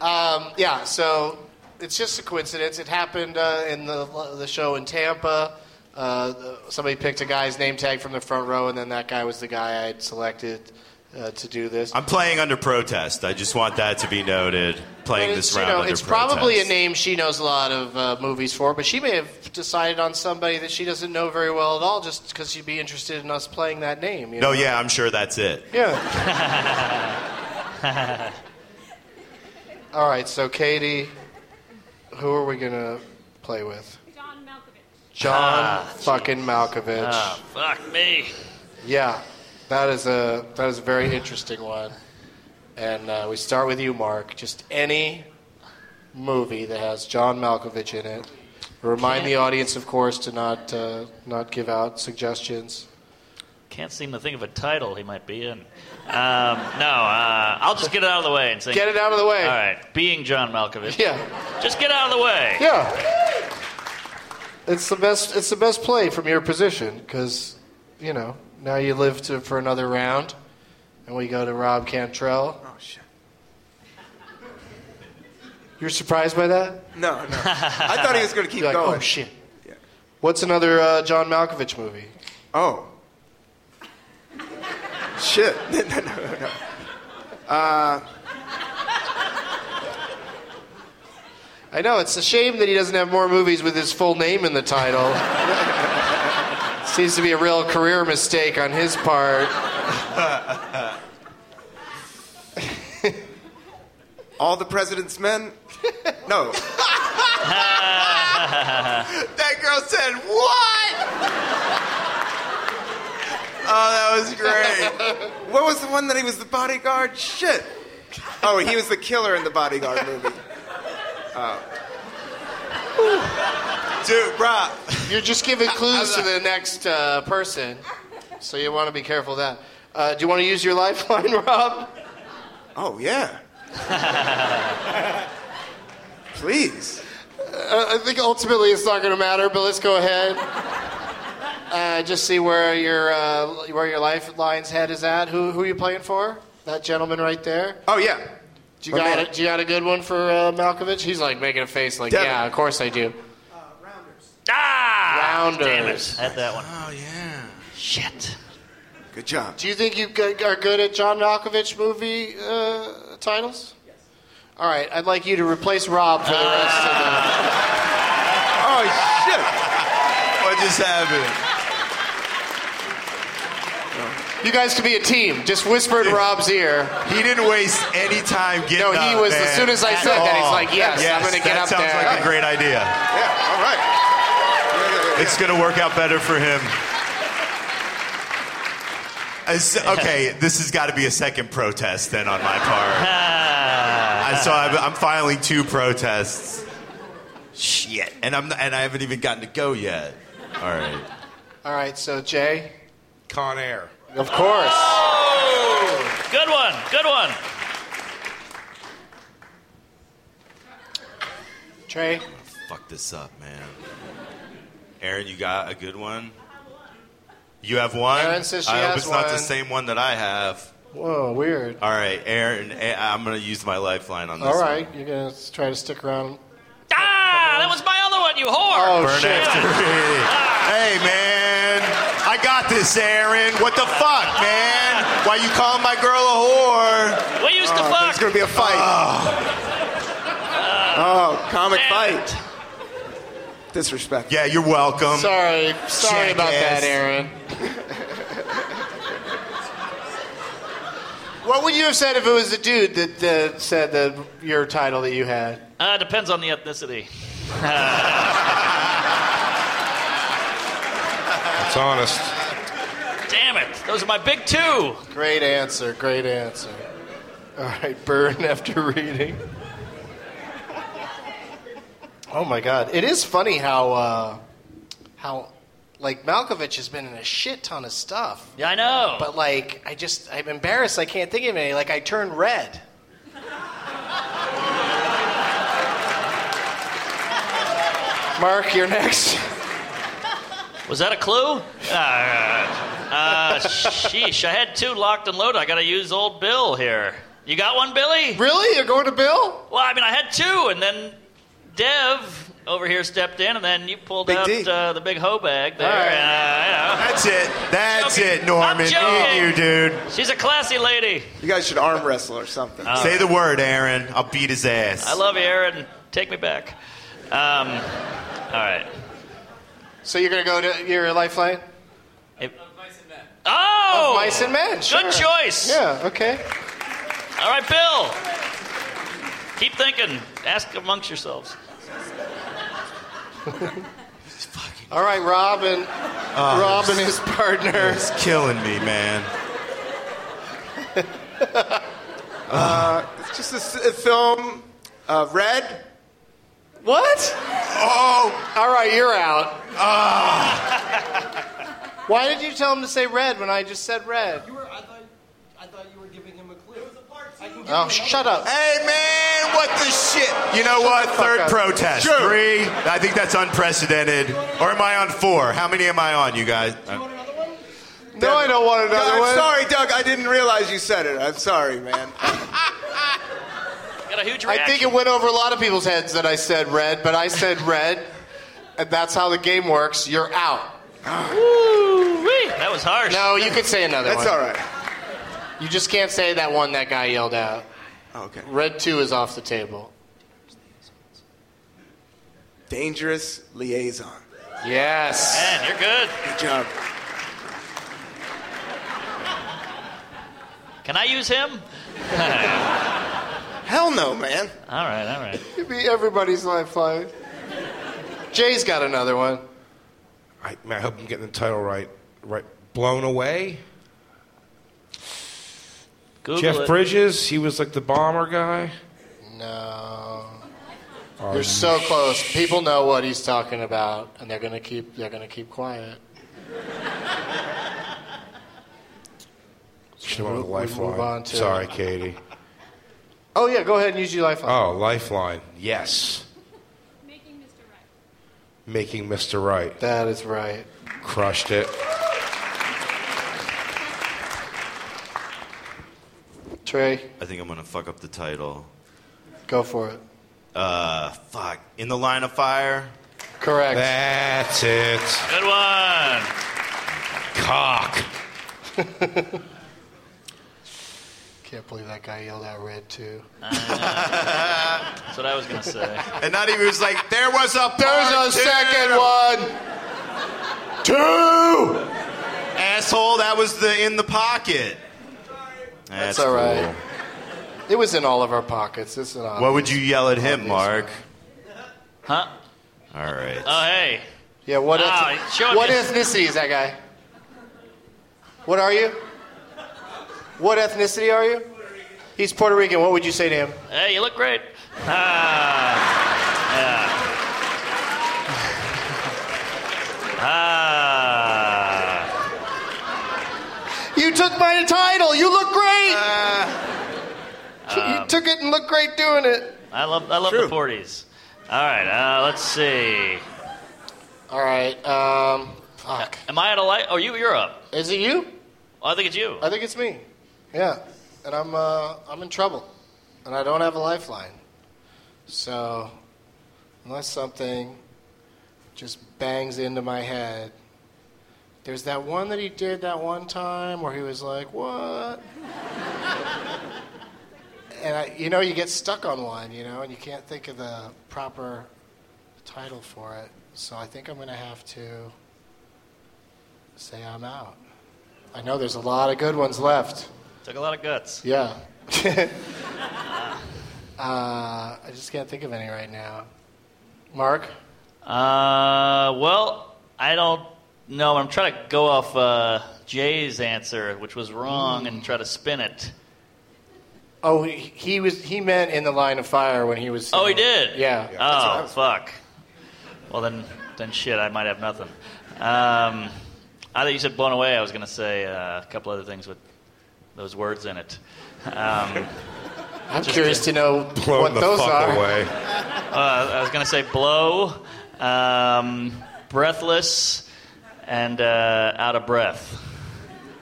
Speaker 2: Um, yeah, so it's just a coincidence. It happened uh, in the, the show in Tampa. Uh, the- somebody picked a guy's name tag from the front row, and then that guy was the guy I'd selected uh, to do this.
Speaker 3: I'm playing under protest. I just want that to be noted. Playing
Speaker 2: And
Speaker 3: this
Speaker 2: it's, you
Speaker 3: round
Speaker 2: know,
Speaker 3: under
Speaker 2: it's
Speaker 3: protest.
Speaker 2: probably a name she knows a lot of uh, movies for, but she may have decided on somebody that she doesn't know very well at all, just because she'd be interested in us playing that name. You
Speaker 3: no,
Speaker 2: know?
Speaker 3: yeah, I'm sure that's it.
Speaker 2: Yeah. All right, so Katie, who are we gonna play with? John Malkovich. John
Speaker 5: Ah,
Speaker 3: Ah.
Speaker 2: fucking Malkovich.
Speaker 5: Ah, fuck me.
Speaker 2: Yeah. That is a that is a very interesting one, and uh, we start with you, Mark. Just any movie that has John Malkovich in it. Remind the audience, of course, to not uh, not give out suggestions.
Speaker 5: Can't seem to think of a title he might be in. Um, no, uh, I'll just get it out of the way and say.
Speaker 2: Get it out of the way.
Speaker 5: All right, being John Malkovich.
Speaker 2: Yeah.
Speaker 5: Just get out of the way.
Speaker 2: Yeah. It's the best. It's the best play from your position because, you know, now you live to for another round, and we go to Rob Cantrell. Oh shit! You're surprised by that?
Speaker 6: No, no. I thought he was going to keep
Speaker 2: You're like,
Speaker 6: going.
Speaker 2: Oh shit! What's another uh, John Malkovich movie?
Speaker 6: Oh. Shit. no, no, no, no. Uh,
Speaker 2: I know it's a shame that he doesn't have more movies with his full name in the title. Seems to be a real career mistake on his part.
Speaker 6: all the President's Men? No. that girl said, What? oh, that was great. What was the one that he was the bodyguard? Shit. Oh, he was the killer in the bodyguard movie. Oh. Dude, bruh.
Speaker 2: You're just giving clues to the next uh, person, so you want to be careful of that. Uh, do you want to use your lifeline, Rob?
Speaker 6: Oh yeah. Please.
Speaker 2: Uh, I think ultimately it's not going to matter, but let's go ahead. Uh, just see where your uh, where your lifeline's head is at. Who who are you playing for? That gentleman right there.
Speaker 6: Oh yeah.
Speaker 2: Do you
Speaker 6: My
Speaker 2: got
Speaker 6: man.
Speaker 2: a, do you got a good one for uh, Malkovich? He's like making a face, like
Speaker 6: Devin.
Speaker 2: yeah, of course I do.
Speaker 5: Ah,
Speaker 2: Rounders.
Speaker 5: Damn it! I had that one.
Speaker 6: Oh yeah.
Speaker 5: Shit.
Speaker 6: Good job.
Speaker 2: Do you think you g- are good at John Malkovich movie uh, titles? Yes. All right, I'd like you to replace Rob for the rest of the.
Speaker 6: Oh shit. What just happened?
Speaker 2: You guys could be a team. Just whisper in Rob's ear.
Speaker 3: He didn't waste any time getting
Speaker 2: No,
Speaker 3: up.
Speaker 2: he was- as
Speaker 3: man.
Speaker 2: soon as I
Speaker 3: At
Speaker 2: said that, he's
Speaker 3: all.
Speaker 2: like, yes, I'm gonna get
Speaker 3: that
Speaker 2: up
Speaker 3: sounds
Speaker 2: there.
Speaker 3: like a great idea.
Speaker 6: Yeah. All right.
Speaker 3: It's going to work out better for him. As- okay, this has got to be a second protest then on my part.
Speaker 5: Ah.
Speaker 3: I, so I'm, I'm filing two protests. Shit, and I'm and I haven't even gotten to go yet. All right.
Speaker 2: All right, so Jay.
Speaker 4: Con Air.
Speaker 2: Of course.
Speaker 5: Good one. Good one.
Speaker 2: Trey.
Speaker 3: Fuck this up, man. Aaron, you got a good one? You have one?
Speaker 2: Aaron says she
Speaker 3: I hope
Speaker 2: has
Speaker 3: it's not the
Speaker 2: one.
Speaker 3: same one that I have.
Speaker 2: Whoa, weird.
Speaker 3: All right, Aaron, A- I'm going to use my lifeline on this
Speaker 2: All
Speaker 3: one.
Speaker 2: right, you're gonna s- try to stick around.
Speaker 5: Ah, that was my other one. You
Speaker 2: Oh,
Speaker 5: whore.
Speaker 3: Burn
Speaker 2: shit.
Speaker 3: after me. Hey, man. I got this, Aaron. What the fuck, man? Why you calling my girl a whore? Ah.
Speaker 5: we used to
Speaker 6: Oh,
Speaker 5: fuck.
Speaker 6: there's gonna be a fight. Oh, comic
Speaker 5: Damn it.
Speaker 6: fight. Disrespect.
Speaker 3: Yeah, you're
Speaker 2: Um,
Speaker 3: welcome.
Speaker 2: Sorry, sorry about
Speaker 3: Jackass.
Speaker 2: that, Aaron. what would you have said if it was the dude that, that said the your title that you had?
Speaker 5: Uh, depends on the ethnicity.
Speaker 4: It's honest.
Speaker 5: Damn it. Those are my big two.
Speaker 2: Great answer. Great answer. All right, burn after reading. Oh my God! It is funny how uh, how like Malkovich has been in a shit ton of stuff,
Speaker 5: Yeah, I know.
Speaker 2: but like I just I'm embarrassed. I can't think of any. Like I turn red. Mark, you're next.
Speaker 5: Was that a clue? Uh, uh, sheesh, I had two locked and loaded. I got to use old Bill here. You got one, Billy?
Speaker 2: Really? You're going to Bill?
Speaker 5: Well, I mean, I had two, and then Dev over here stepped in, and then you pulled
Speaker 6: Big
Speaker 5: out
Speaker 6: D.
Speaker 5: uh, the big hoe bag there.
Speaker 2: All right.
Speaker 5: and, uh,
Speaker 3: That's it. That's
Speaker 5: Joking.
Speaker 3: it,
Speaker 5: I'm
Speaker 3: Norman.
Speaker 5: joking.
Speaker 3: Eat you, dude.
Speaker 5: you know, she's a classy lady.
Speaker 6: You guys should arm wrestle or something.
Speaker 2: Uh,
Speaker 3: Say the word, Aaron. I'll beat his ass.
Speaker 5: Uh. I love you, Aaron. Take me back. Um, all right.
Speaker 2: So you're gonna go to your lifeline?
Speaker 5: It- Oh!
Speaker 2: Mice and men.
Speaker 5: Good
Speaker 2: sure.
Speaker 5: choice.
Speaker 2: Yeah. Okay.
Speaker 5: All right, Bill. Keep thinking. Ask amongst yourselves.
Speaker 6: Uh,
Speaker 2: All right, Rob and Rob and his partner.
Speaker 3: It's killing me, man.
Speaker 6: Uh, it's just a s- a film. Uh, Red.
Speaker 2: What? Oh, all right, you're out. Ah. Why did you tell him to say red when I just said red? You were, I thought, I thought you were giving him a clue. Oh, shut up.
Speaker 3: Hey, man, what the shit? You know what?
Speaker 2: the fuck
Speaker 3: Third
Speaker 2: up.
Speaker 3: protest.
Speaker 2: Sure.
Speaker 3: Three. I think that's unprecedented. Or am I on four? How many am I on, you guys?
Speaker 6: No, I don't want
Speaker 3: another
Speaker 6: I'm
Speaker 3: one.
Speaker 6: sorry, Doug. I didn't realize you said it. I'm sorry, man.
Speaker 5: Got a huge
Speaker 2: I
Speaker 5: reaction.
Speaker 2: think it went over a lot of people's heads that I said red, but I said red, and that's how the game works. You're out.
Speaker 5: Woo-wee. That was harsh.
Speaker 2: No, you could say another
Speaker 5: That's
Speaker 2: one.
Speaker 5: all
Speaker 6: right.
Speaker 2: You just can't say that one that guy yelled out.
Speaker 6: Oh, Okay.
Speaker 2: Red 2 is off the table.
Speaker 6: Dangerous liaison.
Speaker 2: Yes.
Speaker 5: Man, you're good.
Speaker 6: Good job.
Speaker 5: Can I use him?
Speaker 6: Hell
Speaker 3: Oh,
Speaker 6: no, man.
Speaker 5: All right, all right.
Speaker 2: It'd be everybody's lifeline. Jay's got another one.
Speaker 4: I, man, I hope I'm getting the title right. Right, blown away.
Speaker 5: Google
Speaker 4: Jeff
Speaker 5: it.
Speaker 4: Bridges. He was like the bomber guy.
Speaker 2: No.
Speaker 4: Oh,
Speaker 2: You're so close. People know what he's talking about, and they're gonna keep they're gonna keep quiet.
Speaker 4: Should have went with
Speaker 2: We move
Speaker 4: Lifeline.
Speaker 2: on to-
Speaker 4: Sorry, Katie.
Speaker 2: Oh yeah, go ahead and use your lifeline.
Speaker 4: Oh, Lifeline. Yes. Making Mr. Right.
Speaker 2: That is right.
Speaker 4: Crushed it.
Speaker 2: Trey,
Speaker 3: I think I'm going to fuck up the title.
Speaker 2: go for it.
Speaker 3: Uh, fuck. In the Line of Fire?
Speaker 2: Correct.
Speaker 4: That's it.
Speaker 5: Good one.
Speaker 4: Cock.
Speaker 2: Can't believe that guy yelled out red too.
Speaker 5: That's what I was gonna say.
Speaker 3: And not even, it was like, there was a
Speaker 2: There's
Speaker 3: part
Speaker 2: a
Speaker 3: two.
Speaker 2: second one.
Speaker 3: Two! Asshole, that was the in the pocket.
Speaker 2: That's, all right. It was in all of our pockets. It's an
Speaker 3: What would you yell at him, Mark?
Speaker 5: Huh?
Speaker 3: All right.
Speaker 5: Oh, hey.
Speaker 2: Yeah. What?
Speaker 5: Ah,
Speaker 2: eth-
Speaker 5: show
Speaker 2: what
Speaker 5: me.
Speaker 2: ethnicity is that guy? What are you? What ethnicity are you? He's Puerto Rican. What would you say to him?
Speaker 5: Hey, you look great. Ah. yeah. Ah.
Speaker 2: You took my title. You look great. you
Speaker 5: Um,
Speaker 2: took it and looked great doing it.
Speaker 5: I love I love the forties. All right, uh, let's see.
Speaker 2: All right. Um, fuck.
Speaker 5: Am I out of light? Oh, you you're up.
Speaker 2: Is it you?
Speaker 5: I think it's you.
Speaker 2: I think it's me. Yeah, and I'm uh, I'm in trouble, and I don't have a lifeline. So, unless something just bangs into my head, there's that one that he did that one time where he was like, "What?" and I, you know, you get stuck on one, you know, and you can't think of the proper title for it. So I think I'm going to have to say I'm out. I know there's a lot of good ones left.
Speaker 5: Took a lot of guts.
Speaker 2: Yeah. uh, I just can't think of any right now. Mark?
Speaker 5: Uh, well, I don't know. I'm trying to go off uh, Jay's answer, which was wrong, and try to spin it.
Speaker 2: Oh, he- he was. He meant in the line of fire when he was.
Speaker 5: Oh, he did.
Speaker 2: Yeah.
Speaker 5: Oh, fuck. Well, then, then shit. I might have nothing. Um, I thought you said blown away. I was gonna say uh, a couple other things with those words in it. Um,
Speaker 2: I'm
Speaker 5: just
Speaker 2: curious to know
Speaker 4: Blown
Speaker 2: what
Speaker 4: the
Speaker 2: those
Speaker 4: fuck
Speaker 2: are.
Speaker 4: away.
Speaker 5: uh, I was gonna say blow, um, breathless, and uh, out of breath,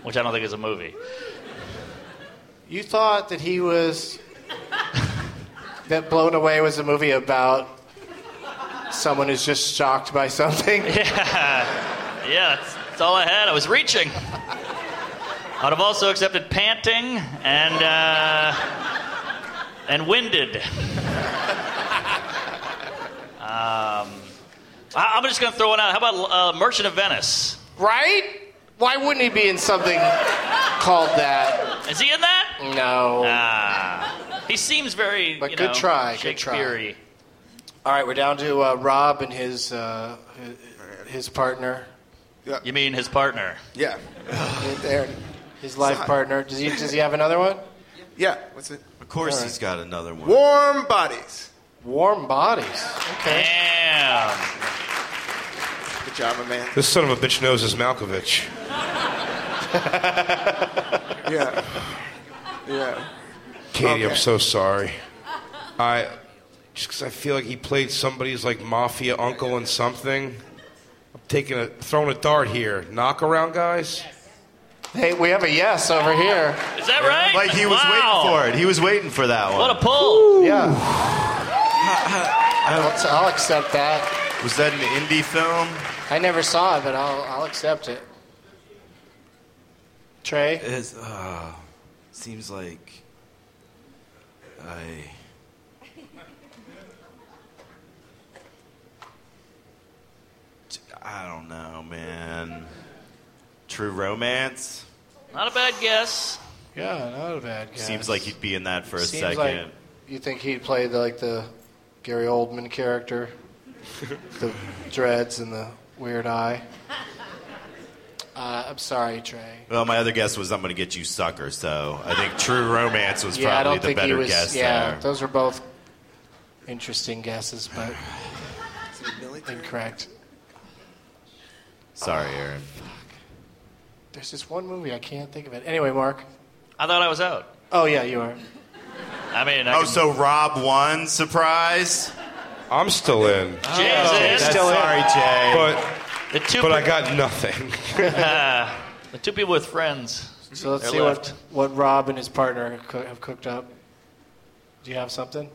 Speaker 5: which I don't think is a movie.
Speaker 2: You thought that he was. that Blown Away was a movie about someone who's just shocked by something?
Speaker 5: Yeah, that's, that's all I had. I was reaching. I'd have also accepted panting and uh, and winded. Um, Um, I, I'm just gonna throw it out. How about uh, Merchant of Venice?
Speaker 2: Right? Why wouldn't he be in something called that?
Speaker 5: Is he in that?
Speaker 2: No.
Speaker 5: Ah, he seems very.
Speaker 2: But
Speaker 5: you
Speaker 2: good
Speaker 5: know,
Speaker 2: try, good try.
Speaker 5: Shakespeare-y.
Speaker 2: All right, we're down to uh, Rob and his, uh, his his partner,
Speaker 5: You mean his partner?
Speaker 6: Yeah.
Speaker 2: his life partner. Does he does he have another one?
Speaker 6: Yeah, what's it?
Speaker 3: Of course,
Speaker 6: All right.
Speaker 3: he's got another one.
Speaker 6: Warm bodies.
Speaker 2: Warm bodies. Okay.
Speaker 6: Good job, my man.
Speaker 4: This son of a bitch knows his Malkovich.
Speaker 6: Yeah. Yeah.
Speaker 4: Katie,
Speaker 6: Okay.
Speaker 4: I'm so sorry. I just 'cause I feel like he played somebody's like mafia uncle in something. I'm taking a throwing a dart here. Knock around, guys.
Speaker 2: Hey, we have a yes over here.
Speaker 5: Is that right?
Speaker 3: Like he was
Speaker 5: Wow.
Speaker 3: waiting for it. He was waiting for that one.
Speaker 5: What a pull.
Speaker 2: Yeah.
Speaker 3: I-
Speaker 2: I'll, I'll accept that.
Speaker 3: was that an indie film?
Speaker 2: I never saw it, but I'll, I'll accept it. Trey?
Speaker 3: It's, uh, seems like I. I don't know, man. True Romance
Speaker 5: Not a bad guess.
Speaker 2: Yeah, not a bad guy.
Speaker 3: seems like he'd be in that for a
Speaker 2: Seems
Speaker 3: second.
Speaker 2: like you think he'd play the, like the Gary Oldman character, the dreads and the weird eye. Uh, I'm sorry, Trey.
Speaker 3: well, my other guess was I'm going to get you sucker. So I think True Romance was
Speaker 2: yeah, I
Speaker 3: probably
Speaker 2: don't
Speaker 3: the
Speaker 2: think
Speaker 3: better
Speaker 2: he was.
Speaker 3: guess
Speaker 2: yeah,
Speaker 3: there.
Speaker 2: those are both interesting guesses, but incorrect.
Speaker 3: Sorry, Aaron.
Speaker 2: There's just one movie I can't think of it. Anyway, Mark.
Speaker 5: I thought I was out.
Speaker 2: Oh yeah, you are.
Speaker 5: I mean, I
Speaker 3: Oh,
Speaker 5: can-
Speaker 3: so Rob won. Surprise.
Speaker 4: I'm still in,
Speaker 5: Jay's in.
Speaker 3: That's- sorry, Jay.
Speaker 4: but
Speaker 5: the two
Speaker 4: but
Speaker 5: pe-
Speaker 4: I got nothing.
Speaker 5: the two people with friends.
Speaker 2: So let's
Speaker 5: They're
Speaker 2: see
Speaker 5: left.
Speaker 2: what what Rob and his partner have coo- have cooked up. Do you have something?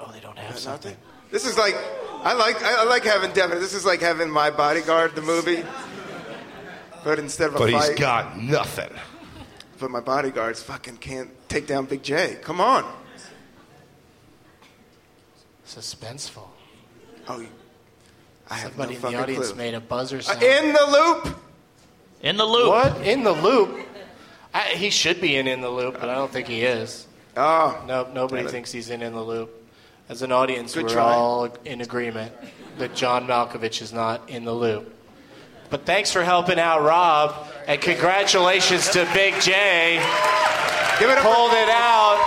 Speaker 2: Oh, they don't have something.
Speaker 6: This is like, I like, I I like having Devin. This is like having my bodyguard, the movie. But instead of a
Speaker 4: But
Speaker 6: fight,
Speaker 4: he's got nothing.
Speaker 6: but my bodyguards fucking can't take down Big J. Come on.
Speaker 2: Suspenseful.
Speaker 6: Oh, I have
Speaker 2: Somebody
Speaker 6: no
Speaker 2: in
Speaker 6: fucking
Speaker 2: the audience
Speaker 6: clue.
Speaker 2: made a buzzer
Speaker 6: Uh,
Speaker 2: sound.
Speaker 6: in the loop.
Speaker 5: In the loop.
Speaker 2: What? In the loop? I, he should be in In the Loop, but I don't think he is.
Speaker 6: Oh,
Speaker 2: Nope, nobody
Speaker 6: Damn it.
Speaker 2: thinks he's in In the Loop. As an audience,
Speaker 6: Good
Speaker 2: we're
Speaker 6: try.
Speaker 2: all in agreement that John Malkovich is not in the loop. But thanks for helping out, Rob, and congratulations to Big J.
Speaker 6: give it up.
Speaker 2: Pulled it out,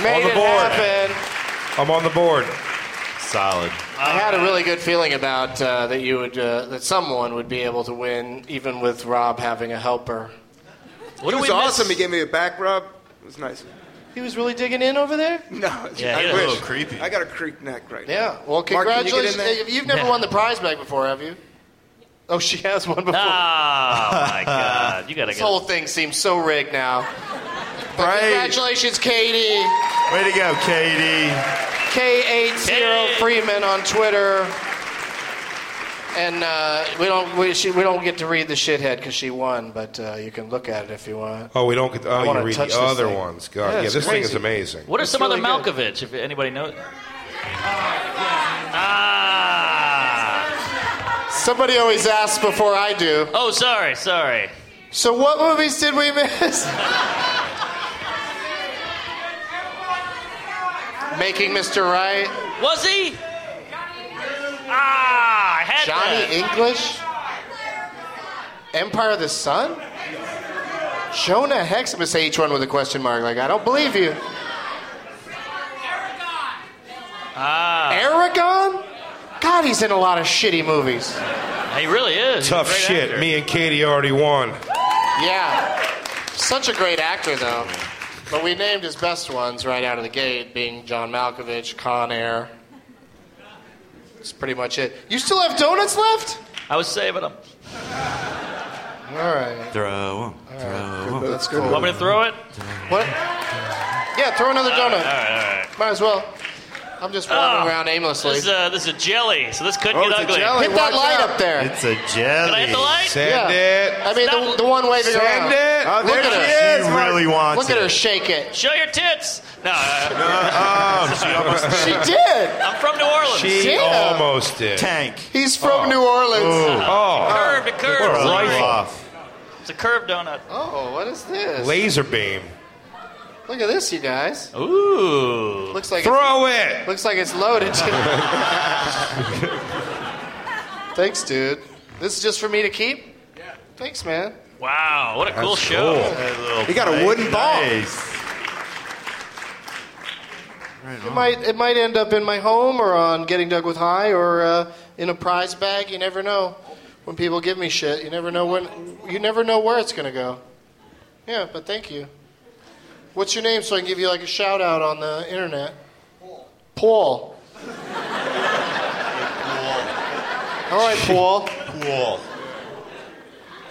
Speaker 2: made
Speaker 4: the
Speaker 2: it
Speaker 4: board.
Speaker 2: happen.
Speaker 4: I'm on the board.
Speaker 3: Solid.
Speaker 2: I had a really good feeling about uh, that you would uh, that someone would be able to win, even with Rob having a helper.
Speaker 5: What
Speaker 6: It
Speaker 5: do
Speaker 6: was
Speaker 5: we miss?
Speaker 6: awesome. He gave me a back rub. It was nice.
Speaker 2: He was really digging in over there.
Speaker 6: No,
Speaker 5: Yeah,
Speaker 6: I
Speaker 5: he was a
Speaker 6: wish.
Speaker 3: little creepy.
Speaker 6: I got a creek neck right now.
Speaker 2: Yeah. Well,
Speaker 6: Mark, can you get in
Speaker 2: congratulations.
Speaker 6: there?
Speaker 2: Hey, You've never
Speaker 5: Yeah.
Speaker 2: won the prize bag before, have you? Oh, she has one before.
Speaker 5: Oh my God! You gotta
Speaker 2: This
Speaker 5: go.
Speaker 2: whole thing seems so rigged now. But
Speaker 3: Right.
Speaker 2: Congratulations, Katie.
Speaker 3: Way to go, Katie.
Speaker 2: K80
Speaker 5: Katie.
Speaker 2: Freeman on Twitter. And uh, we don't we, she, we don't get to read the shithead because she won, but uh, you can look at it if you want.
Speaker 4: Oh, we don't get.
Speaker 2: I
Speaker 4: Oh,
Speaker 2: wanna
Speaker 4: you read
Speaker 2: touch
Speaker 4: the
Speaker 2: this
Speaker 4: other
Speaker 2: thing.
Speaker 4: ones. God,
Speaker 2: Yeah,
Speaker 4: yeah,
Speaker 2: it's
Speaker 4: this thing
Speaker 2: crazy.
Speaker 4: is amazing.
Speaker 5: What are
Speaker 2: It's
Speaker 5: some
Speaker 2: really
Speaker 5: other
Speaker 2: good.
Speaker 5: Malkovich? If anybody knows. Ah.
Speaker 2: Somebody always asks before I do.
Speaker 5: Oh, sorry, sorry.
Speaker 2: So what movies did we miss? Making Mr. Right,
Speaker 5: Was he? Ah, I had
Speaker 2: Johnny
Speaker 5: that.
Speaker 2: English, Empire of the Sun, Jonah Hex. I'm gonna say each one with a question mark. Like I don't believe you.
Speaker 5: Ah,
Speaker 2: Aragon. God, he's in a lot of shitty movies.
Speaker 5: he really is. He's a
Speaker 4: Tough
Speaker 5: great
Speaker 4: shit.
Speaker 5: actor.
Speaker 4: Me and Katie already won.
Speaker 2: Yeah, such a great actor though. But we named his best ones right out of the gate, being John Malkovich, Con Air. That's pretty much it. You still have donuts left?
Speaker 5: I was saving him.
Speaker 2: All right.
Speaker 3: Throw him.
Speaker 2: That's good.
Speaker 5: Want me to throw it?
Speaker 2: What? Yeah, throw another donut.
Speaker 5: All right, all right.
Speaker 2: Might as well. I'm just wandering
Speaker 5: Ah.
Speaker 2: around aimlessly.
Speaker 5: This is, uh, this is a jelly, so this could
Speaker 6: Oh,
Speaker 5: get
Speaker 6: it's a
Speaker 5: ugly.
Speaker 6: jelly.
Speaker 2: Hit that
Speaker 6: Watch
Speaker 2: light
Speaker 6: out.
Speaker 2: up there.
Speaker 3: It's a
Speaker 5: Did I
Speaker 3: jelly.
Speaker 5: hit the light?
Speaker 4: Send
Speaker 2: Yeah.
Speaker 4: it.
Speaker 2: I mean, the, the one waving around.
Speaker 4: Send it.
Speaker 6: Oh,
Speaker 2: Look
Speaker 6: there
Speaker 2: at
Speaker 6: she
Speaker 2: her.
Speaker 6: is.
Speaker 3: She
Speaker 6: Mark.
Speaker 3: really wants
Speaker 2: Look at
Speaker 3: it.
Speaker 2: her shake it.
Speaker 5: Show your tits. No, uh,
Speaker 3: Oh, she almost
Speaker 2: She did.
Speaker 5: I'm from New Orleans.
Speaker 4: Uh-uh. She
Speaker 2: Damn.
Speaker 4: almost did.
Speaker 3: tank.
Speaker 2: He's
Speaker 6: Oh.
Speaker 2: from New Orleans.
Speaker 4: Oh,
Speaker 5: curved, a curved.
Speaker 4: We're
Speaker 5: sorry.
Speaker 4: rifle.
Speaker 3: Off.
Speaker 5: It's a curved donut.
Speaker 2: Oh, what is this?
Speaker 4: laser beam.
Speaker 2: Look at this, you guys.
Speaker 5: Ooh.
Speaker 2: Looks like it's,
Speaker 4: Throw it.
Speaker 2: looks like it's loaded. Thanks, dude. This is just for me to keep. Yeah. Thanks, man.
Speaker 5: Wow, what a cool
Speaker 4: That's
Speaker 5: show.
Speaker 4: cool.
Speaker 3: That little
Speaker 6: He got a
Speaker 3: plate.
Speaker 6: wooden ball.
Speaker 3: Nice.
Speaker 2: It might it might end up in my home or on Getting Dug with High or uh, in a prize bag. You never know when people give me shit. You never know when you never know where it's gonna go. Yeah, but thank you. What's your name so I can give you like a shout out on the internet? Paul. All right, Paul.
Speaker 3: Cool.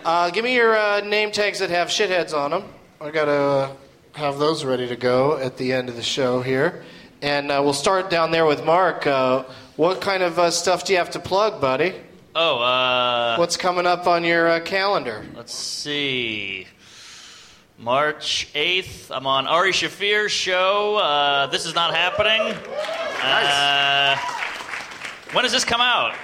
Speaker 2: Uh, give me your uh, name tags that have shitheads on them. I gotta uh, have those ready to go at the end of the show here, and uh, we'll start down there with Mark. Uh, what kind of uh, stuff do you have to plug, buddy?
Speaker 5: Oh, uh.
Speaker 2: What's coming up on your uh, calendar?
Speaker 5: Let's see. March 8th, I'm on Ari Shafir's show. Uh, this is not happening. Uh, when does this come out?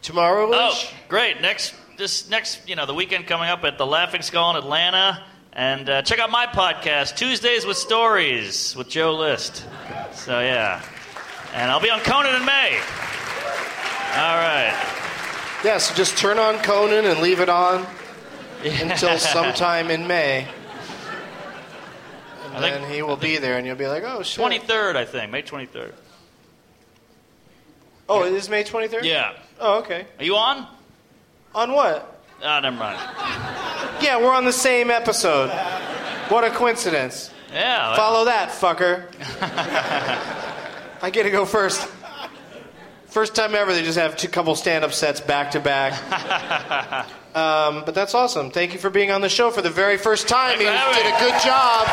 Speaker 2: Tomorrow.
Speaker 5: Oh, great. Next, this next, you know, the weekend coming up at the Laughing Skull in Atlanta. And uh, check out my podcast, Tuesdays with Stories with Joe List. So, yeah. And I'll be on Conan in May. All right.
Speaker 2: Yeah, so just turn on Conan and leave it on until sometime in May. And
Speaker 5: I think-
Speaker 2: then he will be there, and you'll be like, oh, shit.
Speaker 5: 23rd, I think. May 23rd.
Speaker 2: Oh, it is May 23rd?
Speaker 5: Yeah.
Speaker 2: Oh, okay.
Speaker 5: Are you on?
Speaker 2: On what?
Speaker 5: Ah, never mind.
Speaker 2: Yeah, we're on the same episode. What a coincidence.
Speaker 5: Yeah.
Speaker 2: Follow that, fucker. I get to go first. First time ever, they just have two couple stand up sets back to back. Um, But that's awesome. Thank you for being on the show for the very first time. You
Speaker 1: having
Speaker 2: did
Speaker 1: me.
Speaker 2: a good job.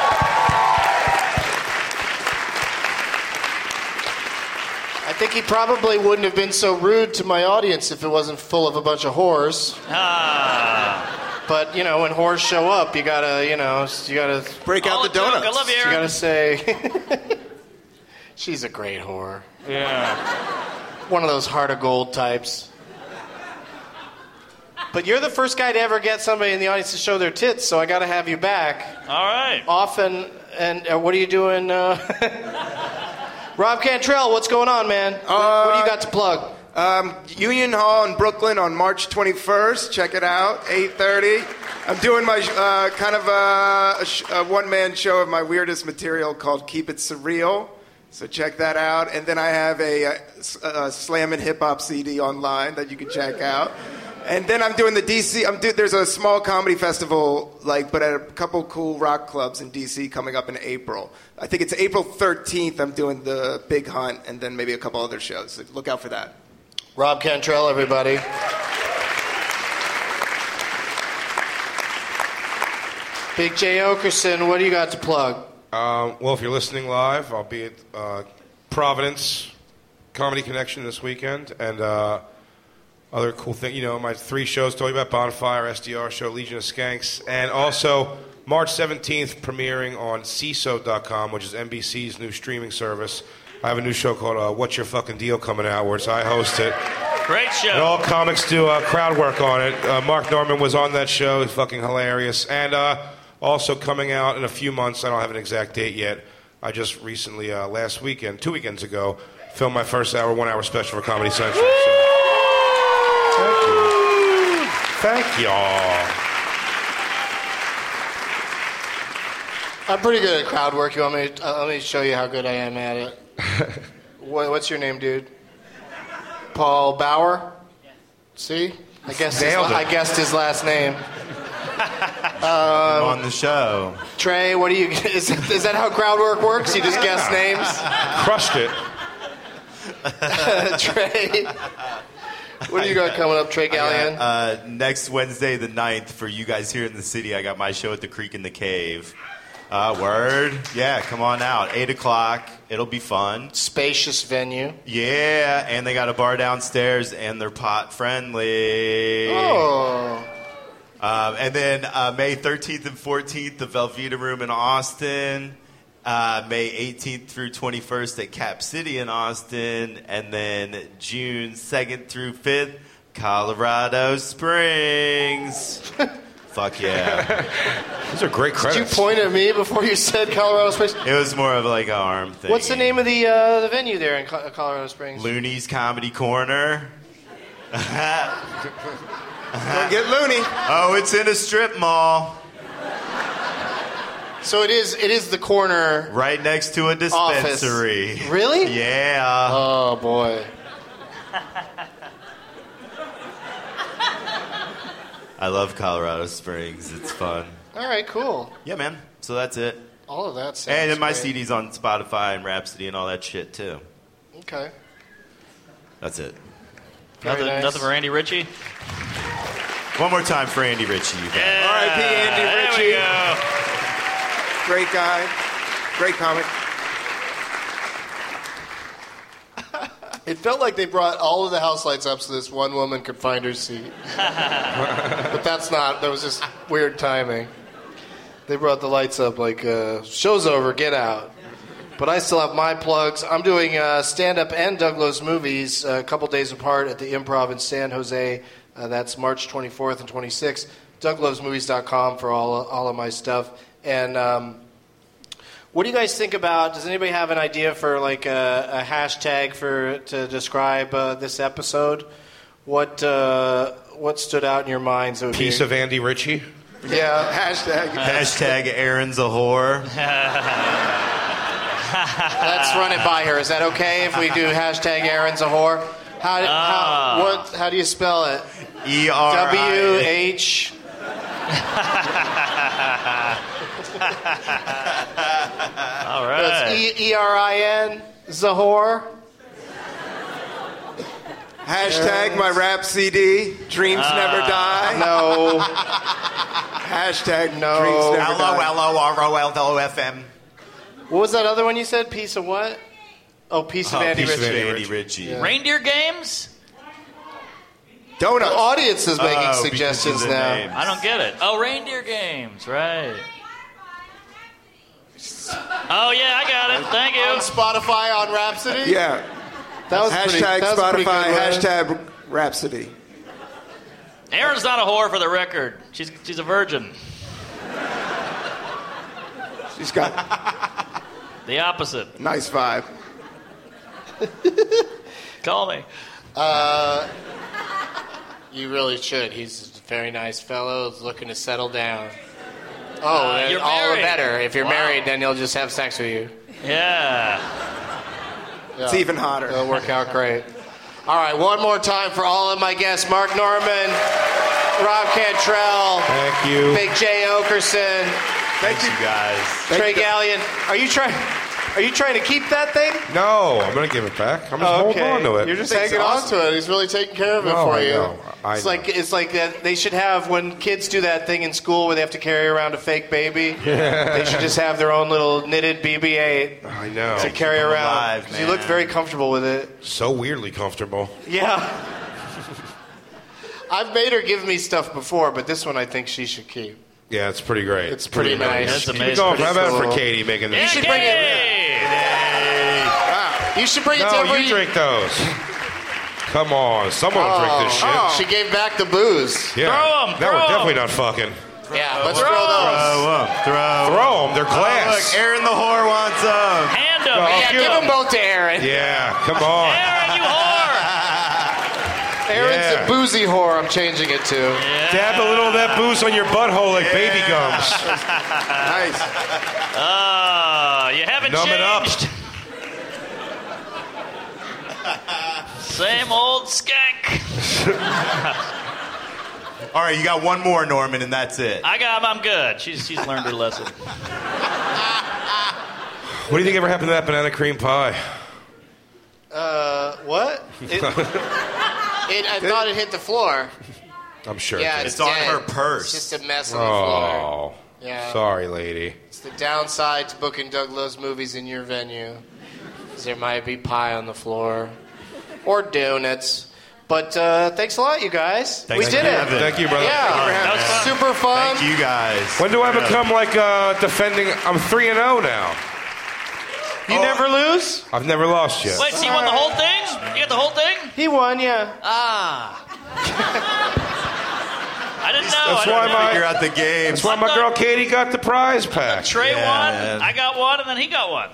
Speaker 2: I think he probably wouldn't have been so rude to my audience if it wasn't full of a bunch of whores.
Speaker 5: Ah.
Speaker 2: But you know, when whores show up, you gotta, you know, you gotta break
Speaker 5: Oh,
Speaker 6: out All the a joke. donuts. I love you,
Speaker 2: You
Speaker 6: Aaron.
Speaker 2: gotta say, she's a great whore.
Speaker 5: Yeah.
Speaker 2: One of those heart of gold types. But you're the first guy to ever get somebody in the audience to show their tits, so I gotta have you back.
Speaker 5: All right.
Speaker 2: Often, and uh, what are you doing? Uh, Rob Cantrell, what's going on, man? what, what do you got to plug?
Speaker 6: Um, Union Hall in Brooklyn on March 21st. Check it out, 8:30. I'm doing my uh, kind of uh, a, sh- a one-man show of my weirdest material called Keep It Surreal. So check that out. And then I have a, uh s- uh slam and hip hop CD online that you can check out. And then I'm doing the DC. I'm do, there's a small comedy festival, like, but at a couple cool rock clubs in DC coming up in April. I think it's April 13th. I'm doing the Big Hunt, and then maybe a couple other shows. So look out for that.
Speaker 2: Rob Cantrell, everybody. Big J. Okerson, what do you got to plug?
Speaker 4: Um, well, if you're listening live, I'll be at uh, Providence Comedy Connection this weekend, and uh, other cool thing. You know, my three shows told you about Bonfire, SDR show, Legion of Skanks, and also March 17th premiering on CISO.com, which is NBC's new streaming service. I have a new show called uh, "What's Your Fucking Deal" coming out, where it's- I host it.
Speaker 5: Great
Speaker 4: And
Speaker 5: show.
Speaker 4: all comics do uh, crowd work on it. Uh, Mark Norman was on that show. He's fucking hilarious. And uh, also coming out in a few months, I don't have an exact date yet. I just recently, uh, last weekend, two weekends ago, filmed my first hour, one hour special for Comedy Central. So. Thank you. Thank y'all.
Speaker 2: I'm pretty good at crowd work. You want me? To, uh, let me show you how good I am at it. what, what's your name, dude? Paul Bauer. See, I guessed. His,
Speaker 3: Nailed
Speaker 2: la- I
Speaker 3: it.
Speaker 2: guessed his last name.
Speaker 3: I'm on the show.
Speaker 2: Trey, what do you? Is, is that how crowd work works? You just guess
Speaker 4: Crushed it.
Speaker 2: names. Trey, what do you got coming up, Trey Gallion?
Speaker 3: Uh, next Wednesday, the 9th, for you guys here in the city, I got my show at the Creek in the Cave. Uh, word. Yeah, come on out. 8 o'clock. It'll be fun.
Speaker 2: Spacious venue.
Speaker 3: Yeah, and they got a bar downstairs, and they're pot friendly.
Speaker 2: Oh.
Speaker 3: Um, and then uh, May 13th and 14th, the Velveeta Room in Austin. Uh, May 18th through 21st at Cap City in Austin. And then June 2nd through 5th, Colorado Springs. Fuck yeah.
Speaker 4: These are great
Speaker 2: Did you point at me before you said Colorado Springs?
Speaker 3: It was more of like an arm thing.
Speaker 2: What's the name of the uh, the venue there in Co- Colorado Springs?
Speaker 3: Looney's Comedy Corner.
Speaker 6: Get loony.
Speaker 3: Oh, it's in a strip mall.
Speaker 2: So it is. It is the corner.
Speaker 3: Right next to a
Speaker 2: Office.
Speaker 3: dispensary.
Speaker 2: Really?
Speaker 3: Yeah.
Speaker 2: Oh boy. Oh.
Speaker 3: I love Colorado Springs. It's fun.
Speaker 2: All right. Cool.
Speaker 3: Yeah, man. So that's it.
Speaker 2: All of that. Sounds
Speaker 3: And then my
Speaker 2: great.
Speaker 3: CD's on Spotify and Rhapsody and all that shit too.
Speaker 2: Okay.
Speaker 3: That's it.
Speaker 2: Very
Speaker 5: nothing,
Speaker 2: nice.
Speaker 5: nothing for Andy Ritchie.
Speaker 3: One more time for Andy Ritchie, you guys.
Speaker 6: R.I.P. Andy Ritchie. Great guy. Great comic.
Speaker 2: It felt like they brought all of the house lights up so this one woman could find her seat. but that's not. That was just weird timing. They brought the lights up like, uh, show's over, get out. But I still have my plugs. I'm doing uh, stand up and Douglas movies uh, a couple days apart at the improv in San Jose. Uh, that's March 24th and 26th. DouglasMovies.com for all, all of my stuff. And um, what do you guys think about? Does anybody have an idea for like a, a hashtag for to describe uh, this episode? What uh, what stood out in your minds? that would be-
Speaker 4: Piece of Andy Ritchie.
Speaker 2: yeah. Hashtag.
Speaker 3: Hashtag Aaron's a whore.
Speaker 2: Let's run it by her. Is that okay if we do hashtag Aaron's a whore? How,
Speaker 3: Ah.
Speaker 2: how, what, how do you spell it?
Speaker 3: E R I-
Speaker 2: W H.
Speaker 5: All
Speaker 2: That's
Speaker 5: right.
Speaker 2: E E R I N. Zahor.
Speaker 6: Hashtag my rap CD. Dreams
Speaker 2: Ah.
Speaker 6: never die.
Speaker 2: No.
Speaker 6: Hashtag
Speaker 2: no.
Speaker 6: Dreams never
Speaker 3: L O
Speaker 6: die.
Speaker 3: L O R O L O F M.
Speaker 2: What was that other one you said? Piece of what? Oh, piece of
Speaker 3: Oh,
Speaker 2: Andy
Speaker 3: piece of
Speaker 2: Ritchie.
Speaker 3: Andy Ritchie.
Speaker 2: Yeah.
Speaker 5: Reindeer games?
Speaker 2: Donuts. The audience is making
Speaker 3: Oh, because of
Speaker 2: suggestions
Speaker 3: the
Speaker 2: now.
Speaker 3: name.
Speaker 5: I don't get it. Oh, reindeer games, right? Oh yeah, I got it. Thank
Speaker 2: On
Speaker 5: you.
Speaker 2: Spotify on Rhapsody.
Speaker 6: Yeah.
Speaker 2: That was
Speaker 6: hashtag
Speaker 2: pretty- that was pretty
Speaker 6: Spotify.
Speaker 2: good, Ryan.
Speaker 6: hashtag Rhapsody.
Speaker 5: Aaron's not a whore for the record. She's she's a virgin.
Speaker 6: She's got
Speaker 5: The opposite.
Speaker 6: a nice vibe.
Speaker 5: Call me.
Speaker 2: Uh, you really should. He's a very nice fellow. He's looking to settle down. Oh,
Speaker 5: Uh,
Speaker 2: and
Speaker 5: you're
Speaker 2: all the
Speaker 5: married.
Speaker 2: better. If you're
Speaker 5: Wow.
Speaker 2: married, then he'll just have sex with you.
Speaker 5: Yeah.
Speaker 6: It's even hotter.
Speaker 2: It'll work out great. All right, one more time for all of my guests: Mark Norman, Rob Cantrell,
Speaker 4: Thank you.
Speaker 2: Big Jay Okerson,
Speaker 3: Thanks, you guys.
Speaker 2: Trey Gallion. Are you trying? Are you trying to keep that thing?
Speaker 4: No, I'm gonna give it back. I'm just holding on to it.
Speaker 2: You're just hanging on to it. He's really taking care of it
Speaker 4: No,
Speaker 2: for
Speaker 4: I
Speaker 2: you.
Speaker 4: know. I
Speaker 2: it's
Speaker 4: know.
Speaker 2: like it's like that they should have when kids do that thing in school where they have to carry around a fake baby. They should just have their own little knitted BB-8
Speaker 4: I know.
Speaker 2: to carry
Speaker 3: them
Speaker 2: around.
Speaker 3: alive,
Speaker 2: 'Cause you look
Speaker 3: man.
Speaker 2: very comfortable with it.
Speaker 4: So weirdly comfortable.
Speaker 2: Yeah. I've made her give me stuff before, but this one I think she should keep.
Speaker 4: Yeah, it's pretty great.
Speaker 2: It's pretty nice.
Speaker 5: That's
Speaker 4: Keep it
Speaker 5: amazing.
Speaker 4: going. How about
Speaker 2: Pretty
Speaker 4: for
Speaker 2: cool.
Speaker 4: Katie making
Speaker 5: Yeah,
Speaker 4: this?
Speaker 2: should bring it-
Speaker 5: Katie!
Speaker 2: You should bring it to
Speaker 4: No,
Speaker 2: every.
Speaker 4: Oh, you drink those. Come on, someone drink this shit.
Speaker 2: Oh, She gave back the booze.
Speaker 4: Yeah,
Speaker 5: Throw 'em,
Speaker 4: that
Speaker 5: throw
Speaker 4: we're
Speaker 5: 'em.
Speaker 4: definitely not fucking.
Speaker 2: Yeah, let's
Speaker 5: Throw
Speaker 2: throw those.
Speaker 3: Throw up. Throw.
Speaker 4: Throw them. They're
Speaker 3: Oh,
Speaker 4: glass.
Speaker 3: look, Aaron the whore wants them.
Speaker 5: Hand
Speaker 4: Oh,
Speaker 5: up.
Speaker 4: I'll
Speaker 2: Yeah,
Speaker 5: hand
Speaker 4: give
Speaker 2: give
Speaker 5: up.
Speaker 2: them both to Aaron.
Speaker 4: yeah, come on.
Speaker 5: Aaron, you whore!
Speaker 2: Aaron's
Speaker 4: Yeah.
Speaker 2: a boozy whore. I'm changing it to.
Speaker 4: Dab a little of that booze on your butthole like baby gums.
Speaker 6: Nice.
Speaker 5: Ah, you haven't
Speaker 4: Numb it up.
Speaker 5: changed. Same old skank.
Speaker 3: All right, you got one more, Norman, and that's it.
Speaker 5: I got. I'm good. She's she's learned her lesson.
Speaker 4: What do you think ever happened to that banana cream pie?
Speaker 2: Uh, what? It, it, I thought it hit the floor.
Speaker 4: I'm sure.
Speaker 2: Yeah,
Speaker 4: it
Speaker 2: it's,
Speaker 4: did.
Speaker 3: on
Speaker 2: dead.
Speaker 3: her purse.
Speaker 2: It's just a mess on the floor.
Speaker 4: Oh,
Speaker 2: Yeah.
Speaker 4: sorry, lady.
Speaker 2: It's the downside to booking Doug Love's movies in your venue. Is there might be pie on the floor or donuts. But uh, thanks a lot, you guys.
Speaker 3: Thanks
Speaker 2: we
Speaker 3: for
Speaker 2: did it.
Speaker 3: having us.
Speaker 4: Thank you, brother.
Speaker 2: Yeah,
Speaker 5: That was fun.
Speaker 2: super fun.
Speaker 3: Thank you guys.
Speaker 4: When do I become like uh, defending? I'm three and zero now.
Speaker 2: You never
Speaker 3: Oh.
Speaker 2: lose.
Speaker 4: I've never lost yet.
Speaker 5: Wait, so you want the whole thing? You got the whole thing?
Speaker 2: He won, yeah.
Speaker 5: Ah. I didn't know.
Speaker 4: That's
Speaker 5: I
Speaker 4: why
Speaker 5: didn't know.
Speaker 4: my
Speaker 3: Figure out the game.
Speaker 4: That's why my girl Katie got the prize pack.
Speaker 5: Trey
Speaker 3: Yeah.
Speaker 5: won. I got one, and then he got one.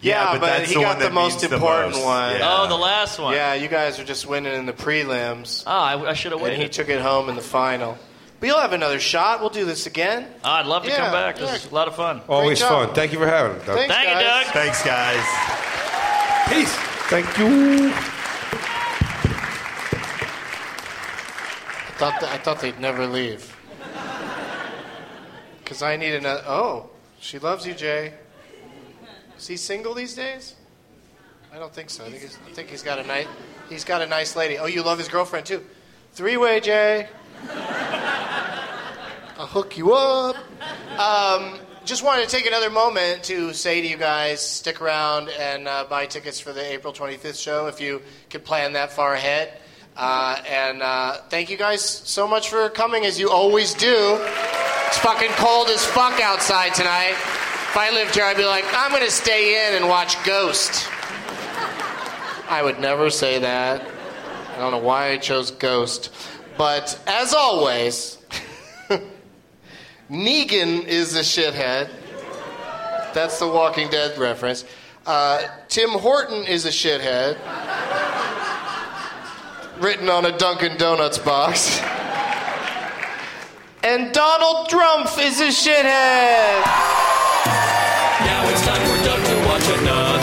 Speaker 2: Yeah, but
Speaker 3: that's
Speaker 2: he
Speaker 3: the
Speaker 2: got
Speaker 3: one
Speaker 2: the
Speaker 3: that
Speaker 2: most
Speaker 3: means the
Speaker 2: important
Speaker 3: most.
Speaker 2: one.
Speaker 3: Yeah.
Speaker 5: Oh, the last one.
Speaker 2: Yeah, you guys are just winning in the prelims,
Speaker 5: Oh, I, I should have
Speaker 2: and he
Speaker 5: waited.
Speaker 2: took it home in the final. But you'll have another shot. We'll do this again.
Speaker 5: Ah, I'd love to
Speaker 2: Yeah,
Speaker 5: come back. This
Speaker 2: yeah.
Speaker 5: is a lot of fun.
Speaker 4: Always
Speaker 2: Great job.
Speaker 4: fun. Thank you for having us. Doug.
Speaker 2: Thanks, Thank you, guys. Doug.
Speaker 3: Thanks, guys.
Speaker 4: Peace. Thank you.
Speaker 2: I thought, th- I thought they'd never leave. Because I need another. Oh, she loves you, Jay. Is he single these days? I don't think so. I think, he's, I think he's got a nice. He's got a nice lady. Oh, you love his girlfriend too. Three way, Jay. I'll hook you up. Um, just wanted to take another moment to say to you guys, stick around and uh, buy tickets for the April 25th show if you could plan that far ahead. Uh, and uh, thank you guys so much for coming, as you always do. It's fucking cold as fuck outside tonight. If I lived here, I'd be like, I'm gonna stay in and watch Ghost. I would never say that. I don't know why I chose Ghost. But as always, Negan is a shithead. That's the Walking Dead reference. Uh, Tim Horton is a shithead. Written on a Dunkin' Donuts box. And Donald Trump is a shithead.
Speaker 1: Now it's time we're done to watch another